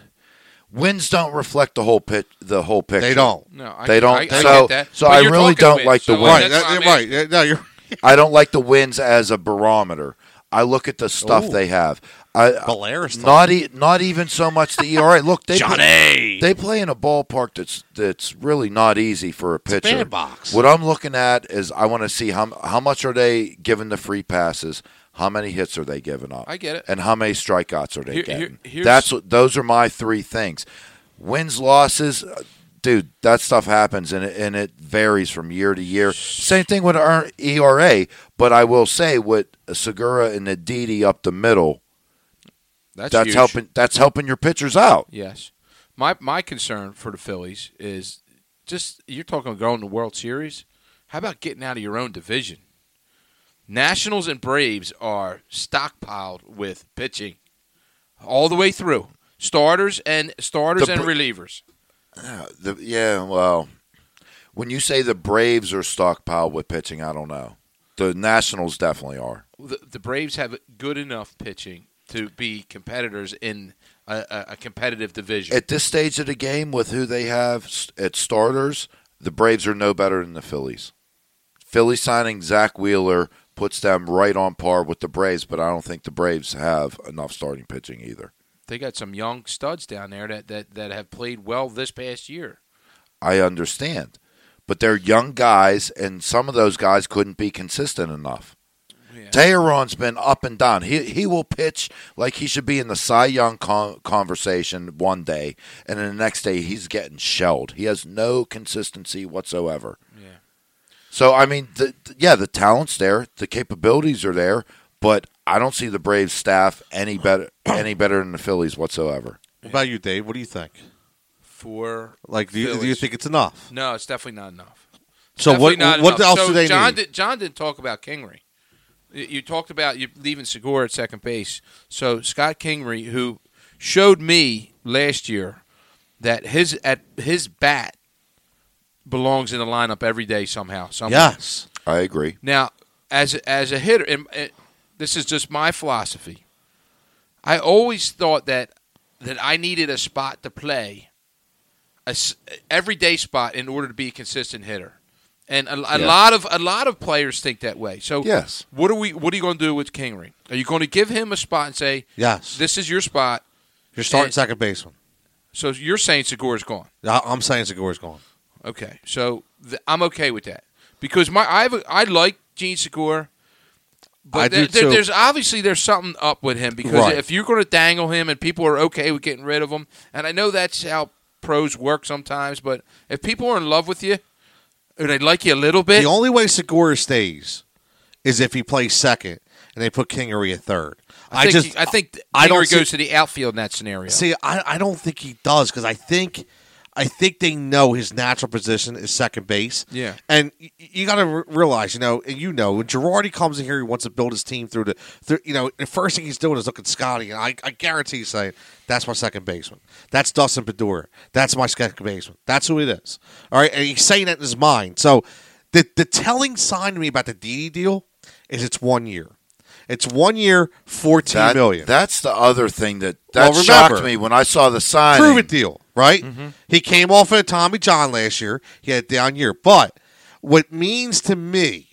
wins don't reflect the whole pit, the whole picture.
They don't.
No, I,
They don't-
I, I
so-
get that.
so
But
I
you're
really
talking
don't
wins,
like the
so
wins.
right,
that's
that-
why I'm
right. Yeah, No, you're
I don't like the wins as a barometer. I look at the stuff
Ooh.
they have. I,
Polaris.
not e- not even so much the E ERA. Look, they play,
Johnny.
they play in a ballpark that's that's really not easy for a pitcher.
Bandbox.
What I'm looking at is I want to see how how much are they giving the free passes, how many hits are they giving up,
I get it.
and how many strikeouts are they
Here- here-
getting.
here's-
that's what those are my three things: wins, losses. uh, Dude, that stuff happens and it, and it varies from year to year. Same thing with our ERA, but I will say with Segura and Aditi up the middle,
That's,
that's
huge.
helping. That's helping your pitchers out.
Yes. My my concern for the Phillies is just you're talking about going to the World Series. How about getting out of your own division? Nationals and Braves are stockpiled with pitching all the way through. Starters and starters
The
and
Bra-
relievers.
The, yeah, well, when you say the Braves are stockpiled with pitching, I don't know. The Nationals definitely are.
The, the Braves have good enough pitching to be competitors in a, a, a competitive division.
At this stage of the game, with who they have s- at starters, the Braves are no better than the Phillies. Philly signing Zach Wheeler puts them right on par with the Braves, but I don't think the Braves have enough starting pitching either.
they got some young studs down there that, that, that have played well this past year.
I understand, but they're young guys, and some of those guys couldn't be consistent enough.
Yeah.
Tehran's been up and down. He he will pitch like he should be in the Cy Young con- conversation one day, and then the next day he's getting shelled. He has no consistency whatsoever.
Yeah.
So I mean, the, the- yeah, the talent's there, the capabilities are there, but I don't see the Braves staff any better any better than the Phillies whatsoever.
What about you, Dave? What do you think?
for
Like, do you, do you
Phillies.
think it's enough?
No, it's definitely not enough.
So
Definitely
what?
not
what
enough.
else
so
do they
John
need?
Did, John didn't talk about Kingery. You- You talked about you leaving Segura at second base. So Scott Kingery, who showed me last year that his at his bat belongs in the lineup every day somehow. Somehow.
yes.
I agree.
Now, as as a hitter, and, and this is just my philosophy. I always thought that that I needed a spot to play, a s- everyday spot in order to be a consistent hitter, and a, a
Yeah.
lot of a lot of players think that way. So,
Yes.
what are we? What are you going to do with Kingery? Are you going to give him a spot and say,
Yes.
"This is your spot"?
You're starting
and-
second baseman.
So you're saying Segura's gone.
I- I'm saying Segura's gone.
Okay, so th- I'm okay with that because my I have a, I like Gene Segura, but
I
there,
do
there-
too.
there's obviously there's something up with him because
Right.
if you're going to dangle him and people are okay with getting rid of him, and I know that's how pros work sometimes, but if people are in love with you or they like you a little bit,
the only way Segura stays is if he plays second and they put Kingery at third. I,
I think
just
I think
I don't
Kingery
see-
goes to the outfield in that scenario.
See, I, I don't think he does because I think I think they know his natural position is second base.
Yeah.
and y- you got to re- realize, you know, and you know, when Girardi comes in here, he wants to build his team through the, through, you know, the first thing he's doing is looking at Scotty, and I, I guarantee he's saying, "That's my second baseman. That's Dustin Pedura. That's my second baseman. That's who it is." All right, and he's saying that in his mind. So, the the telling sign to me about the DD deal is it's one year. It's one year, fourteen million.
That- That's the other thing that that
Well, remember-
shocked me when I saw the sign.
prove it deal, right? He came off of Tommy John last year. He had a down year. But what means to me,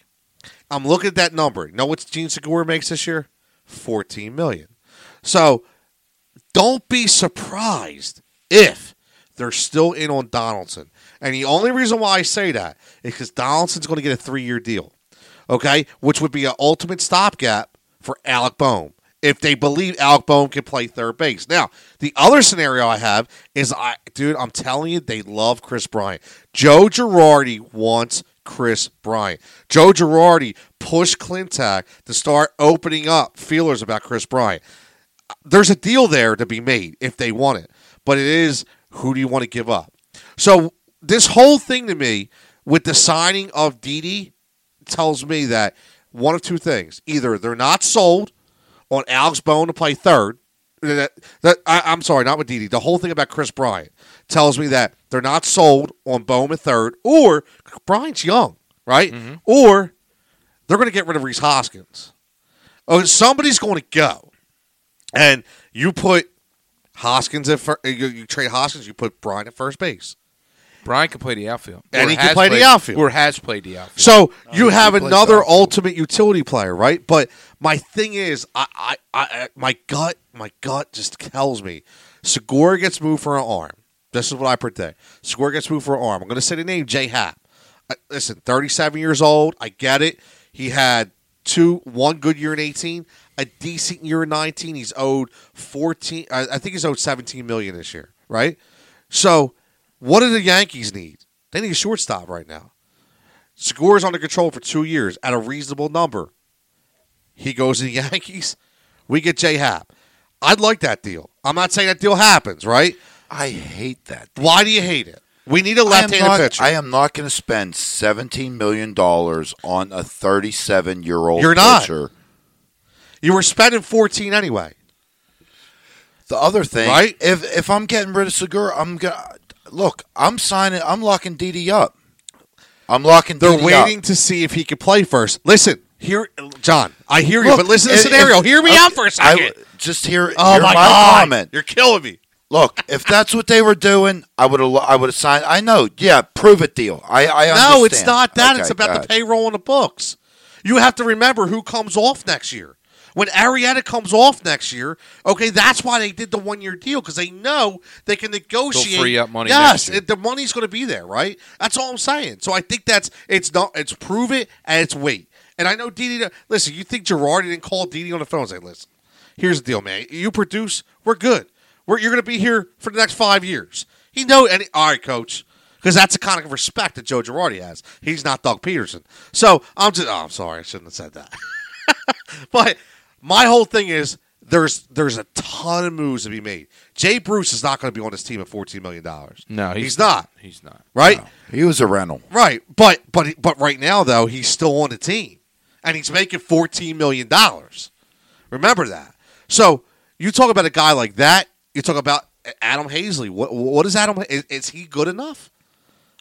I'm looking at that number. You know what Gene Segura makes this year? 14 million. So don't be surprised if they're still in on Donaldson. And the only reason why I say that is because Donaldson's going to get a three year deal, okay? Which would be an ultimate stopgap for Alec Boehm if they believe Alec Boehm can play third base. Now, the other scenario I have is I, dude, I'm telling you, they love Chris Bryant. Joe Girardi wants Chris Bryant. Joe Girardi pushed Clintack to start opening up feelers about Chris Bryant there's a deal there to be made if they want it. But it is who do you want to give up? So this whole thing to me with the signing of Didi tells me that one of two things: either they're not sold on Alex Bone to play third. That, that I, I'm sorry, not with Didi. The whole thing about Chris Bryant tells me that they're not sold on Bone at third, or Bryant's young, right? Or they're going to get rid of Reese Hoskins. Oh, somebody's going to go. And you put Hoskins at fir- you, you trade Hoskins, you put Bryant at first base.
Brian can play the outfield,
And
Or
he can
has
play the
played-
outfield.
or has played the outfield.
So you have
plays
another
outfield.
ultimate utility player, right? But my thing is, I, I, I, my gut, my gut just tells me Segura gets moved for an arm. This is what I predict. Segura gets moved for an arm. I'm going to say the name J Happ. I- Listen, 37 years old. I get it. He had two, one good year in 18, a decent year in 19. He's owed 14. I, I think he's owed 17 million this year, right? So, what do the Yankees need? They need a shortstop right now. Segura's under control for two years at a reasonable number. He goes to the Yankees. We get J Happ. I'd like that deal. I'm not saying that deal happens, right?
I hate that.
Why do you hate it? We need a
I am
left-handed
not,
pitcher.
I am not going to spend seventeen million dollars on a thirty-seven-year-old
You're not.
pitcher.
you were spending 14 anyway.
The other thing,
Right?
If if I'm getting rid of Segura, I'm gonna look. I'm signing. I'm locking DD up. I'm locking.
They're
DD up.
waiting to see if he can play first. Listen, here, John. I hear you,
Look,
but listen to the
if-
scenario.
if-
hear me
uh,
okay,
out for a
I-
second.
just hear,
oh
hear my,
my, God,
comment.
you're killing me.
Look, if that's what they were doing, I would have. I would have signed. I know. Yeah, prove it deal. I. I understand.
No, it's not that.
Okay,
it's about the
God.
payroll on the books. You have to remember who comes off next year. When Arietta comes off next year, okay, that's why they did the one year deal because they know they can negotiate.
free up money
Yes,
next year.
it- the money's going to be there, right? That's all I'm saying. So I think that's it's not it's prove it and it's wait. And I know Didi. Listen, you think Gerard didn't call Didi on the phone and say, "Listen, here's the deal, man. You produce, we're good. We're, you're going to be here for the next five years." He know. And all right, coach, because that's the kind of respect that Joe Girardi has. He's not Doug Peterson. So I'm just. Oh, I'm sorry. I shouldn't have said that. but my whole thing is there's there's a ton of moves to be made. Jay Bruce is not going to be on this team at fourteen million dollars.
No,
he's,
he's-
not.
He's not.
Right.
He was a rental.
Right, but but but right now though he's still on the team, and he's making fourteen million dollars. Remember that. So you talk about a guy like that. You talk about Adam Hazley. What what is Adam? Is, is he good enough?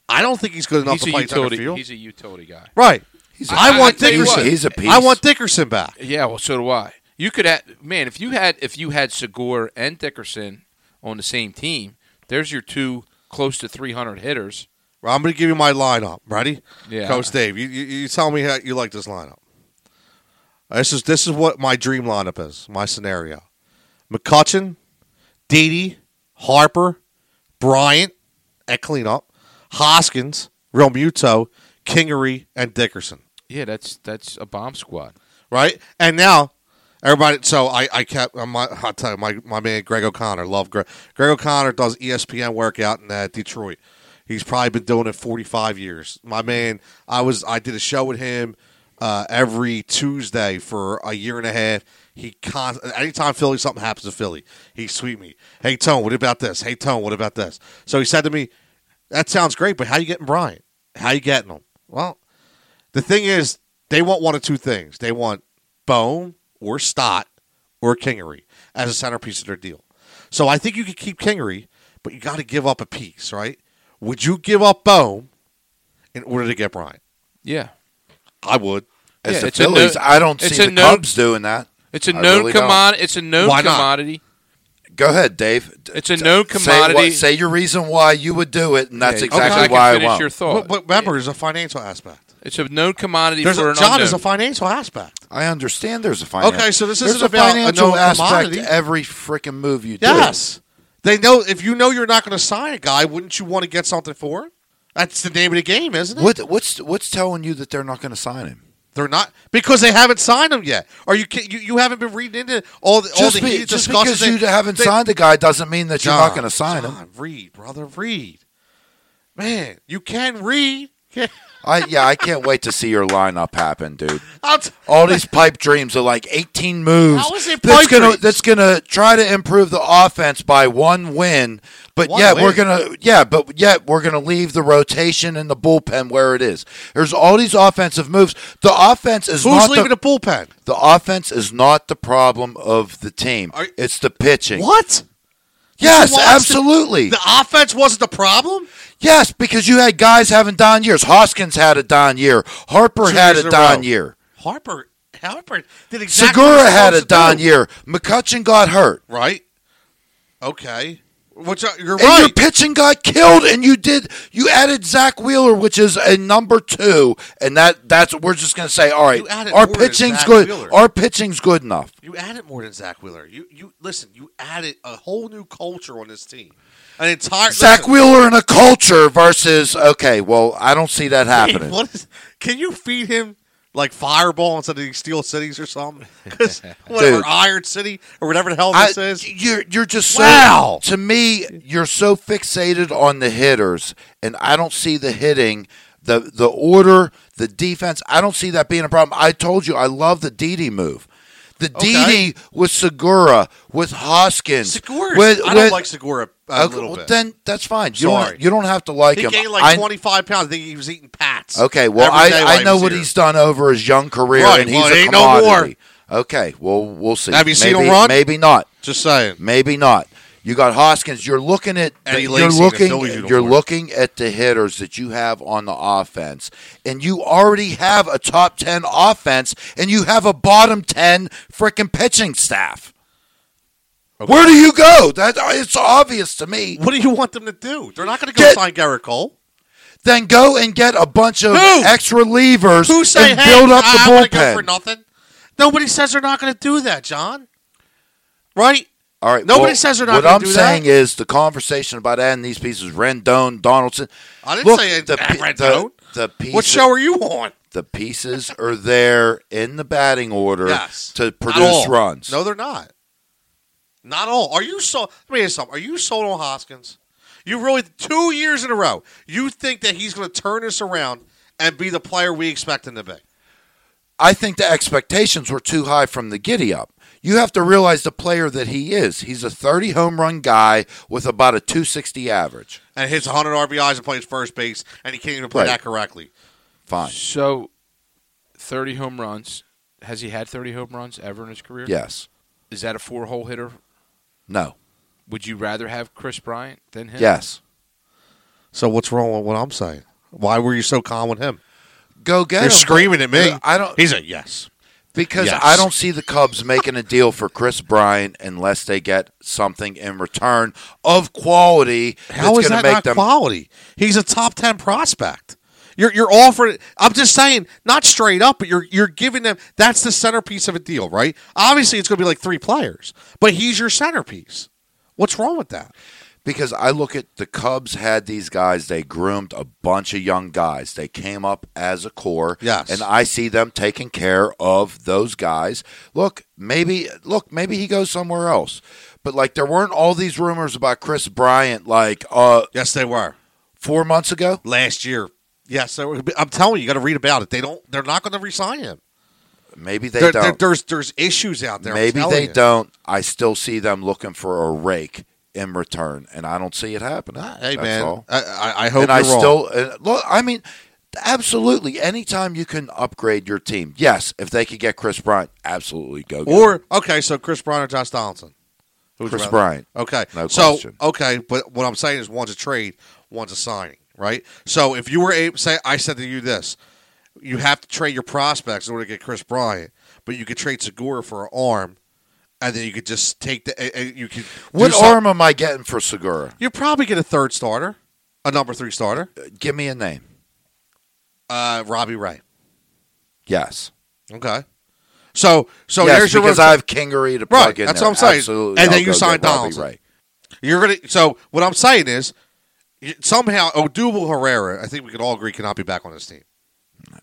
I don't think he's good enough
He's
to
a
play
utility.
center field.
He's a utility guy.
right.
a-
I
I-
want
I tell you
Dickerson.
what,
he's a piece.
I want Dickerson back.
Yeah, well, so do I. You could add, man, if you had if you had Segura and Dickerson on the same team, there's your two close to 300 hitters.
Well, I'm going to give you my lineup. Ready?
Yeah.
Coach Dave, you, you, you tell me how you like this lineup. Uh, This is this is what my dream lineup is. My scenario: McCutcheon, Deedy, Harper, Bryant at cleanup, Hoskins, Real Muto, Kingery, and Dickerson.
Yeah, that's that's a bomb squad.
Right, and now everybody. So I I kept. uh, My, I'll tell you, my my man Greg O'Connor. Love Greg. Greg O'Connor does E ESPN work out in uh, Detroit. He's probably been doing it 45 years. My man, I was I did a show with him uh, every Tuesday for a year and a half. He con- anytime Philly something happens to Philly, he tweet me. Hey Tone, what about this? Hey Tone, what about this? So he said to me, "That sounds great, but how you getting Bryant? How you getting him?" Well, the thing is, they want one of two things. They want Bone or Stott or Kingery as a centerpiece of their deal. So I think you could keep Kingery, but you got to give up a piece, right? Would you give up Bone in order to get Bryant?
Yeah,
I would.
As
Yeah,
the
it's a
Phillies,
no-
I don't
it's
see
a
the
no-
Cubs doing that.
it's a
I
known
really don't.
commodity. It's a known
Why not?
commodity.
Go ahead, Dave. D-
It's a
d-
known
say what-
commodity.
Say, your reason why you would do it, and that's
Yeah,
okay. I
exactly
can
why I
finish
won't.
your thought.
But, but remember, there's a financial aspect.
It's a known commodity
There's
for
a,
an
John
unknown.
is a financial aspect.
I understand there's a financial.
Okay, so this
there's
isn't about a known commodity.
to every freaking move you do.
Yes. They know if you know you're not going to sign a guy, wouldn't you want to get something for him? That's the name of the game, isn't it?
What, what's what's telling you that they're not going to sign him?
They're not because they haven't signed him yet. Are you kid- you, you haven't been reading into all the all
Just,
the
be-
heated
just
discussions
because you
they-
haven't
they-
signed a guy doesn't mean that you're
John,
not going to sign him.
John, Read, brother, read. Man, you can read. Yeah.
I yeah, I can't wait to see your lineup happen, dude.
I'll t-
All these pipe dreams are like 18 moves.
How is it
that's
pipe
gonna
dreams?
that's gonna try to improve the offense by one win, but
One
yet we're
win?
gonna yeah, but yet we're gonna leave the rotation and the bullpen where it is. There's all these offensive moves. The offense is
who's
not
leaving
the,
the bullpen?
the offense is not the problem of the team.
Are-
it's the pitching.
What?
Yes,
Well, that's the-
absolutely.
The offense wasn't the problem.
yes, because you had guys having down years. Hoskins had a down year. Harper
Two
had
years in
a
a
down
row.
year.
Harper, Harper did exactly. what
Segura
he's
had a
supposed to
down
do.
year. McCutcheon got hurt.
right? Okay, which are, you're
And
right.
your pitching got killed, and you did. You added Zach Wheeler, which is a number two, and that that's we're just gonna say, all right,
You added
our
more than
pitching's
Zach
good.
Wheeler.
Our pitching's good enough.
You added more than Zach Wheeler. You you listen. You added a whole new culture on this team. An entire
Zach
listen,
Wheeler in a culture versus okay. Well, I don't see that
Hey,
happening.
what is, can you feed him like Fireball instead of these Steel Cities or something? 'Cause whatever
Dude.
Iron City or whatever the hell
I-
this is.
you're you're just so,
Wow.
To me, you're so fixated on the hitters, and I don't see the hitting, the the order, the defense. I don't see that being a problem. I told you, I love the Didi move. The
Okay.
Didi with Segura, with Hoskins,
Segura.
with,
I don't
with-
like Segura a
okay,
little
well,
bit.
Then that's fine. You
Sorry.
don't you don't have to like
he
him.
gained like
I-
25 pounds. I think he was eating pats.
Okay, well,
every day while
I, I
he
know
was
what
here.
he's done over his young career,
Right,
and he's
well, it
a
ain't no more.
commodity. Okay, well, we'll see.
Have you seen him
Maybe-
run?
Maybe not.
Just saying.
Maybe not. You got Hoskins. You're looking at the,
Eddie
you're
Lacy,
looking
the Phillies
you're
uniform.
looking at the hitters that you have on the offense, and you already have a top ten offense, and you have a bottom ten freaking pitching staff. Where do you go? That it's obvious to me.
What do you want them to do? They're not going to go
Get-
sign Garrett Cole.
Then go and get a bunch of
Who?
extra relievers
Who say,
and
hey,
build up
I,
the
I wanna
bullpen.
go for nothing? Nobody says they're not going to do that, John. Right?
All right.
Nobody
well,
says they're not
What
gonna
I'm
do that.
saying is the conversation about adding these pieces: Rendon, Donaldson.
I didn't
Look,
say it-
the,
Ah,
pi-
Rendon.
The, the pieces,
What show are you on?
the pieces are there in the batting order
Yes.
to
Not
produce
all.
runs.
No, they're not. Not all. Are you so? Let me ask you something. Are you sold on Hoskins? You really two years in a row. You think that he's going to turn this around and be the player we expect him to be?
I think the expectations were too high from the giddy up. You have to realize the player that he is. He's a 30 home run guy with about a 260 average.
And hits 100 RBIs and plays first base, and he can't even play
Right.
that correctly.
Fine.
So, thirty home runs. Has he had thirty home runs ever in his career?
Yes.
Is that a four-hole hitter?
No.
Would you rather have Chris Bryant than him?
Yes.
So what's wrong with what I'm saying? Why were you so calm with him?
Go get
You're
him.
screaming at me.
I don't
He's a yes.
because
Yes.
I don't
don't see the Cubs making a deal for Chris Bryant unless they get something in return of quality
How
that's
is that
going to make
not
them.
quality? He's a top ten prospect. You're you're offering. I'm just saying, not straight up, but you're you're giving them. That's the centerpiece of a deal, right? Obviously, it's going to be like three players, but he's your centerpiece. What's wrong with that?
because I look at the Cubs had these guys. They groomed a bunch of young guys. They came up as a core.
Yes.
And I see them taking care of those guys. Look, maybe look, maybe he goes somewhere else. But like there weren't all these rumors about Chris Bryant like uh
Yes, they were
four months ago.
last year. Yes, they were. I'm telling you, you got to read about it. They don't. They're not going to resign him.
Maybe they
There- there-
don't.
there's there's issues out there. I'm
maybe
telling
they
you.
don't. I still see them looking for a rake in return, and I don't see it happening.
Hey
That's
man,
all.
I, I, I hope
and
you're
I
wrong.
still uh, look. I mean, absolutely. Anytime you can upgrade your team, yes. If they could get Chris Bryant, absolutely go. get him.
Or okay, so Chris Bryant or Josh Donaldson? Who's
Chris
rather-
Bryant.
Okay,
No
so
question.
okay, but what I'm saying is one's a trade, one's a signing, right? So if you were able, say, I said to you this, you have to trade your prospects in order to get Chris Bryant, but you could trade Segura for an arm, and then you could just take the, and- and you could do
What
some-
arm am I getting for Segura?
You probably get a third starter, a number three starter,
Uh, Give me a name.
uh, Robbie Ray.
Yes.
Okay, so so
yes,
there's your
because I have Kingery to plug
Right,
in
that's
there.
what I'm saying.
Absolutely.
And then
I'll
you
go
sign
get Robbie
Donaldson.
Ray.
You're gonna. So what I'm saying is, y- somehow Odubel Herrera. I think we could all agree cannot be back on this team.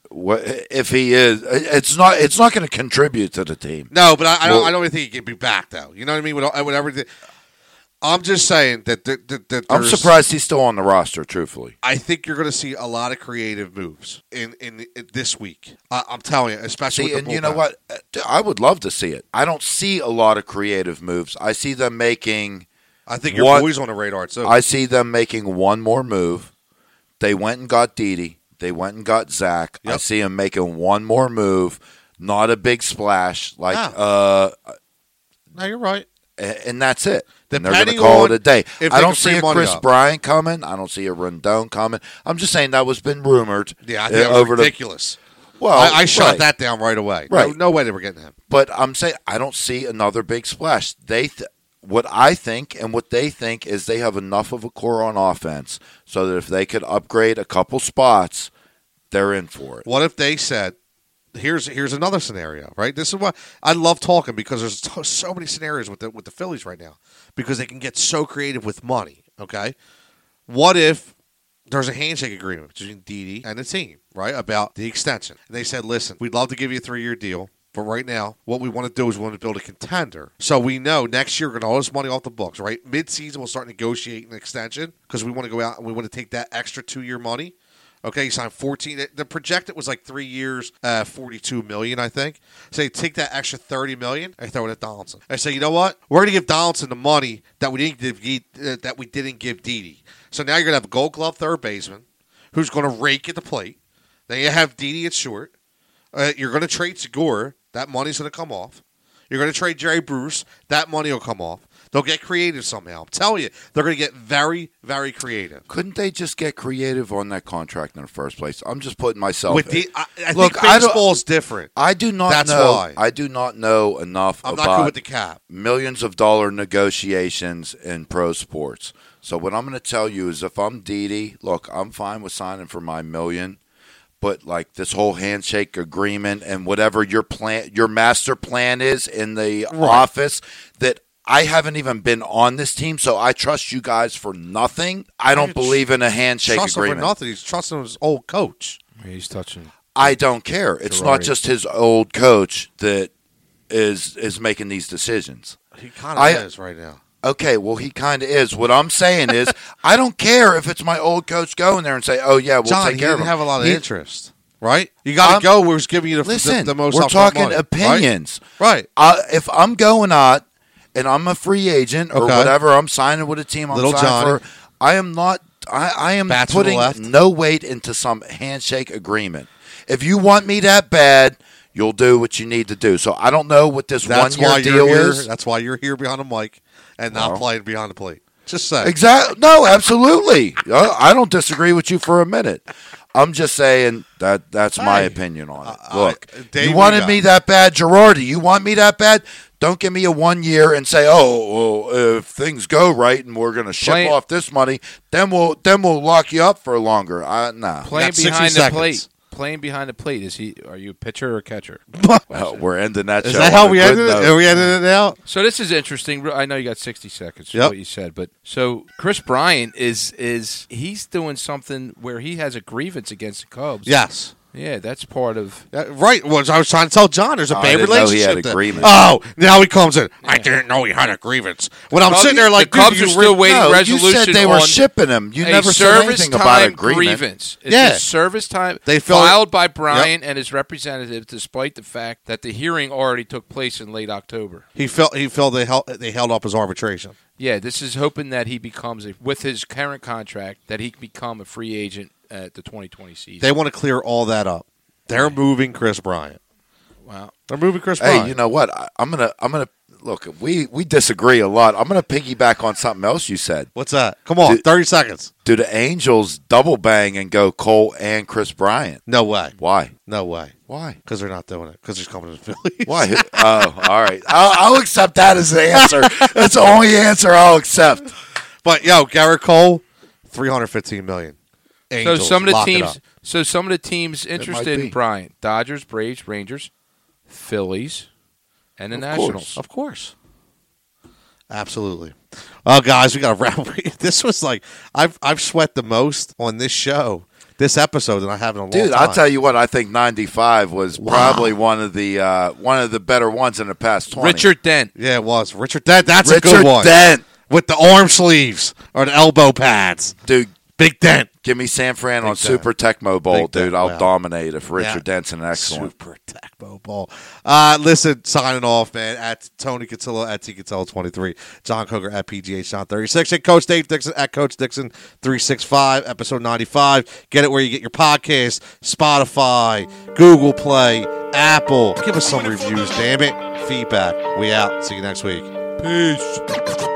What, if he is, it's not. It's not going to contribute to the team.
No, but I, I don't.
Well-
I don't even think he could be back though. You know what I mean? With, all- with everything. I'm just saying that. that, that, that
I'm
there's-
surprised he's still on the roster. Truthfully,
I think you're going to see a lot of creative moves in in, in this week. I, I'm telling you, especially
See,
with the
and you know
bullpen.
what? Uh, d- I would love to see it. I don't see a lot of creative moves. I see them making.
I think your
What-
boys on the radar too.
I see them making one more move. They went and got Didi. They went and got Zach. I
Yep.
see them making one more move. Not a big splash, like, uh,
no, you're right.
a- and that's it. And they're going
Depending
to call
on
it a day.
if they
I don't
can
see
free
a
money
Chris
up.
Bryant coming. I don't see a Rendon coming. I'm just saying that was been rumored.
Yeah, I
uh,
think that was ridiculous.
the well.
I, I shut
Oh, right.
that down right away. No,
Right.
no way they were getting him.
But I'm saying I don't see another big splash. They, th- what I think and what they think is they have enough of a core on offense so that if they could upgrade a couple spots, they're in for it.
What if they said, "Here's here's another scenario, right? This is why I love talking because there's so- so many scenarios with the with the Phillies right now because they can get so creative with money. Okay, what if there's a handshake agreement between Didi and the team, right, about the extension? And they said, "Listen, we'd love to give you a three year deal." But right now, what we want to do is we want to build a contender. So we know next year we're going to all this money off the books, right? Mid season, we'll start negotiating an extension because we want to go out and we want to take that extra two year money Okay, he signed 14. the- The projected was like three years, uh, 42 million, I think. So they take that extra 30 million and throw it at Donaldson. I say, you know what? We're gonna give Donaldson the money that we didn't give Ge- uh, that we didn't give Didi. So now you're gonna have a Gold Glove third baseman who's gonna rake at the plate. Then you have Didi at short. Uh, you're gonna trade Segura. That money's gonna come off. You're gonna trade Jerry Bruce. That money will come off. They'll get creative somehow. I'm telling you, they're gonna get very, very creative.
Couldn't they just get creative on that contract in the first place? I'm just putting myself.
With the, I, I
Look,
think
I don't-
baseball's different.
I do not
That's
know.
why.
I do not know enough
I'm
about
not good with the cap.
millions of dollar negotiations in pro sports. So what I'm going to tell you is if I'm Didi, look, I'm fine with signing for my million, but like this whole handshake agreement and whatever your plan your master plan is in the office that I haven't even been on this team, so I trust you guys for nothing. I don't
You're
believe in a handshake
Trust him for
agreement.
nothing. He's trusting his old coach.
He's touching.
I don't care. It's not
Girardi.
just his old coach that is is making these decisions.
He kind of
I-
is right now.
Okay, well, he kind of is. What I'm saying is, I don't care if it's my old coach going there and say, "Oh yeah, we'll
John,
take
he
care of
didn't
him."
have a lot of
He-
interest, right? You got
I'm-
to go. Who's giving you the, the-
Listen,
the, most?
we're
upfront
talking
money, right?
opinions.
right?
I, if I'm going out and I'm a free agent or
Okay.
whatever, I'm signing with a team. I'm
Little
signing
Johnny.
for. I am not. I, I am
Bats from the
putting
left.
no weight into some handshake agreement. If you want me that bad, you'll do what you need to do. So I don't know what this
That's
one
why
year
you're
deal
here.
is.
That's why you're here behind the mic and not
Well.
playing behind the plate. Just say.
Exactly. No, absolutely. Uh, I don't disagree with you for a minute. I'm just saying that that's my
Hey.
opinion on it.
I-
Look,
Dave,
you
we
wanted
got-
me that bad, Girardi. You want me that bad? Don't give me a one year and say, "Oh, well, if things go right and we're going to ship
Play-
off this money, then we'll then we'll lock you up for longer." I nah.
Playing
got 60
behind the
seconds.
plate. Playing behind the plate. Is he? Are you a pitcher or a catcher?
Well, we're ending that.
Is
show
that
on
how
a
we
good
ended it?
note.
Are we ended it out?
So this is interesting. I know you got 60 seconds.
Yep.
What you said, but so Chris Bryant is is he's doing something where he has a grievance against the Cubs.
Yes.
yeah, that's part of.
Yeah, right. Well, I was trying to tell John there's a
Oh, I
bad
didn't know
relationship.
he had a
there.
grievance.
Oh, now he comes in. I didn't know he had a grievance. When I'm
Cubs-
sitting there like,
the Cubs
dude, you
are still
re-
waiting
No, you
resolution
said they were
on
shipping him. You
a
never said
service
anything
time
about agreement.
grievance. It's
Yeah.
a service time
They felt-
filed by Bryant and his representative, despite the fact that the hearing already took place in late October.
he felt he felt they held they held up his arbitration.
Yeah, this is hoping that he becomes a, with his current contract that he can become a free agent at the 2020 season.
They want to clear all that up. They're moving Chris Bryant.
wow.
They're moving Chris
Hey,
Bryant.
you know what? I, I'm gonna I'm gonna look. We we disagree a lot. I'm gonna piggyback on something else you said.
What's that? Come on,
Dude.
thirty seconds.
Do the Angels double bang and go Cole and Chris Bryant?
No way.
Why?
No way.
Why?
Because they're not doing it. Because he's coming to the Phillies.
Why? oh, all right.
I'll, I'll accept that as the answer. That's the only answer I'll accept.
But yo, Garrett Cole, three hundred fifteen million. Angels,
so some of the
lock it up.
teams, so some of the teams interested
be.
in Bryant: Dodgers, Braves, Rangers, Phillies, and the Nationals.
Of course. Absolutely. Well, guys, we got to wrap. This was like I've I've sweat the most on this show, this episode, than I have in a long
Dude,
time.
I'll tell you what. I think '95 was probably one of the uh, one of the better ones in the past twenty.
Richard Dent.
Yeah, it was Richard Dent. That's a
Richard
good one
Dent,
with the arm sleeves or the elbow pads.
dude.
Big Dent.
Give me San Fran on
Big
Super Tecmo Bowl,
Big
dude.
Dent,
I'll
wow.
dominate if Richard
Yeah.
Dent's an excellent.
Super Tecmo Ball. Uh, listen, signing off, man. At Tony Cotillo at T Cotillo twenty three, John Coker at PGH John thirty six, and Coach Dave Dixon at Coach Dixon three six five, episode ninety five. Get it where you get your podcast, Spotify, Google Play, Apple. Give us some reviews, damn it. Feedback. We out. See you next week. Peace.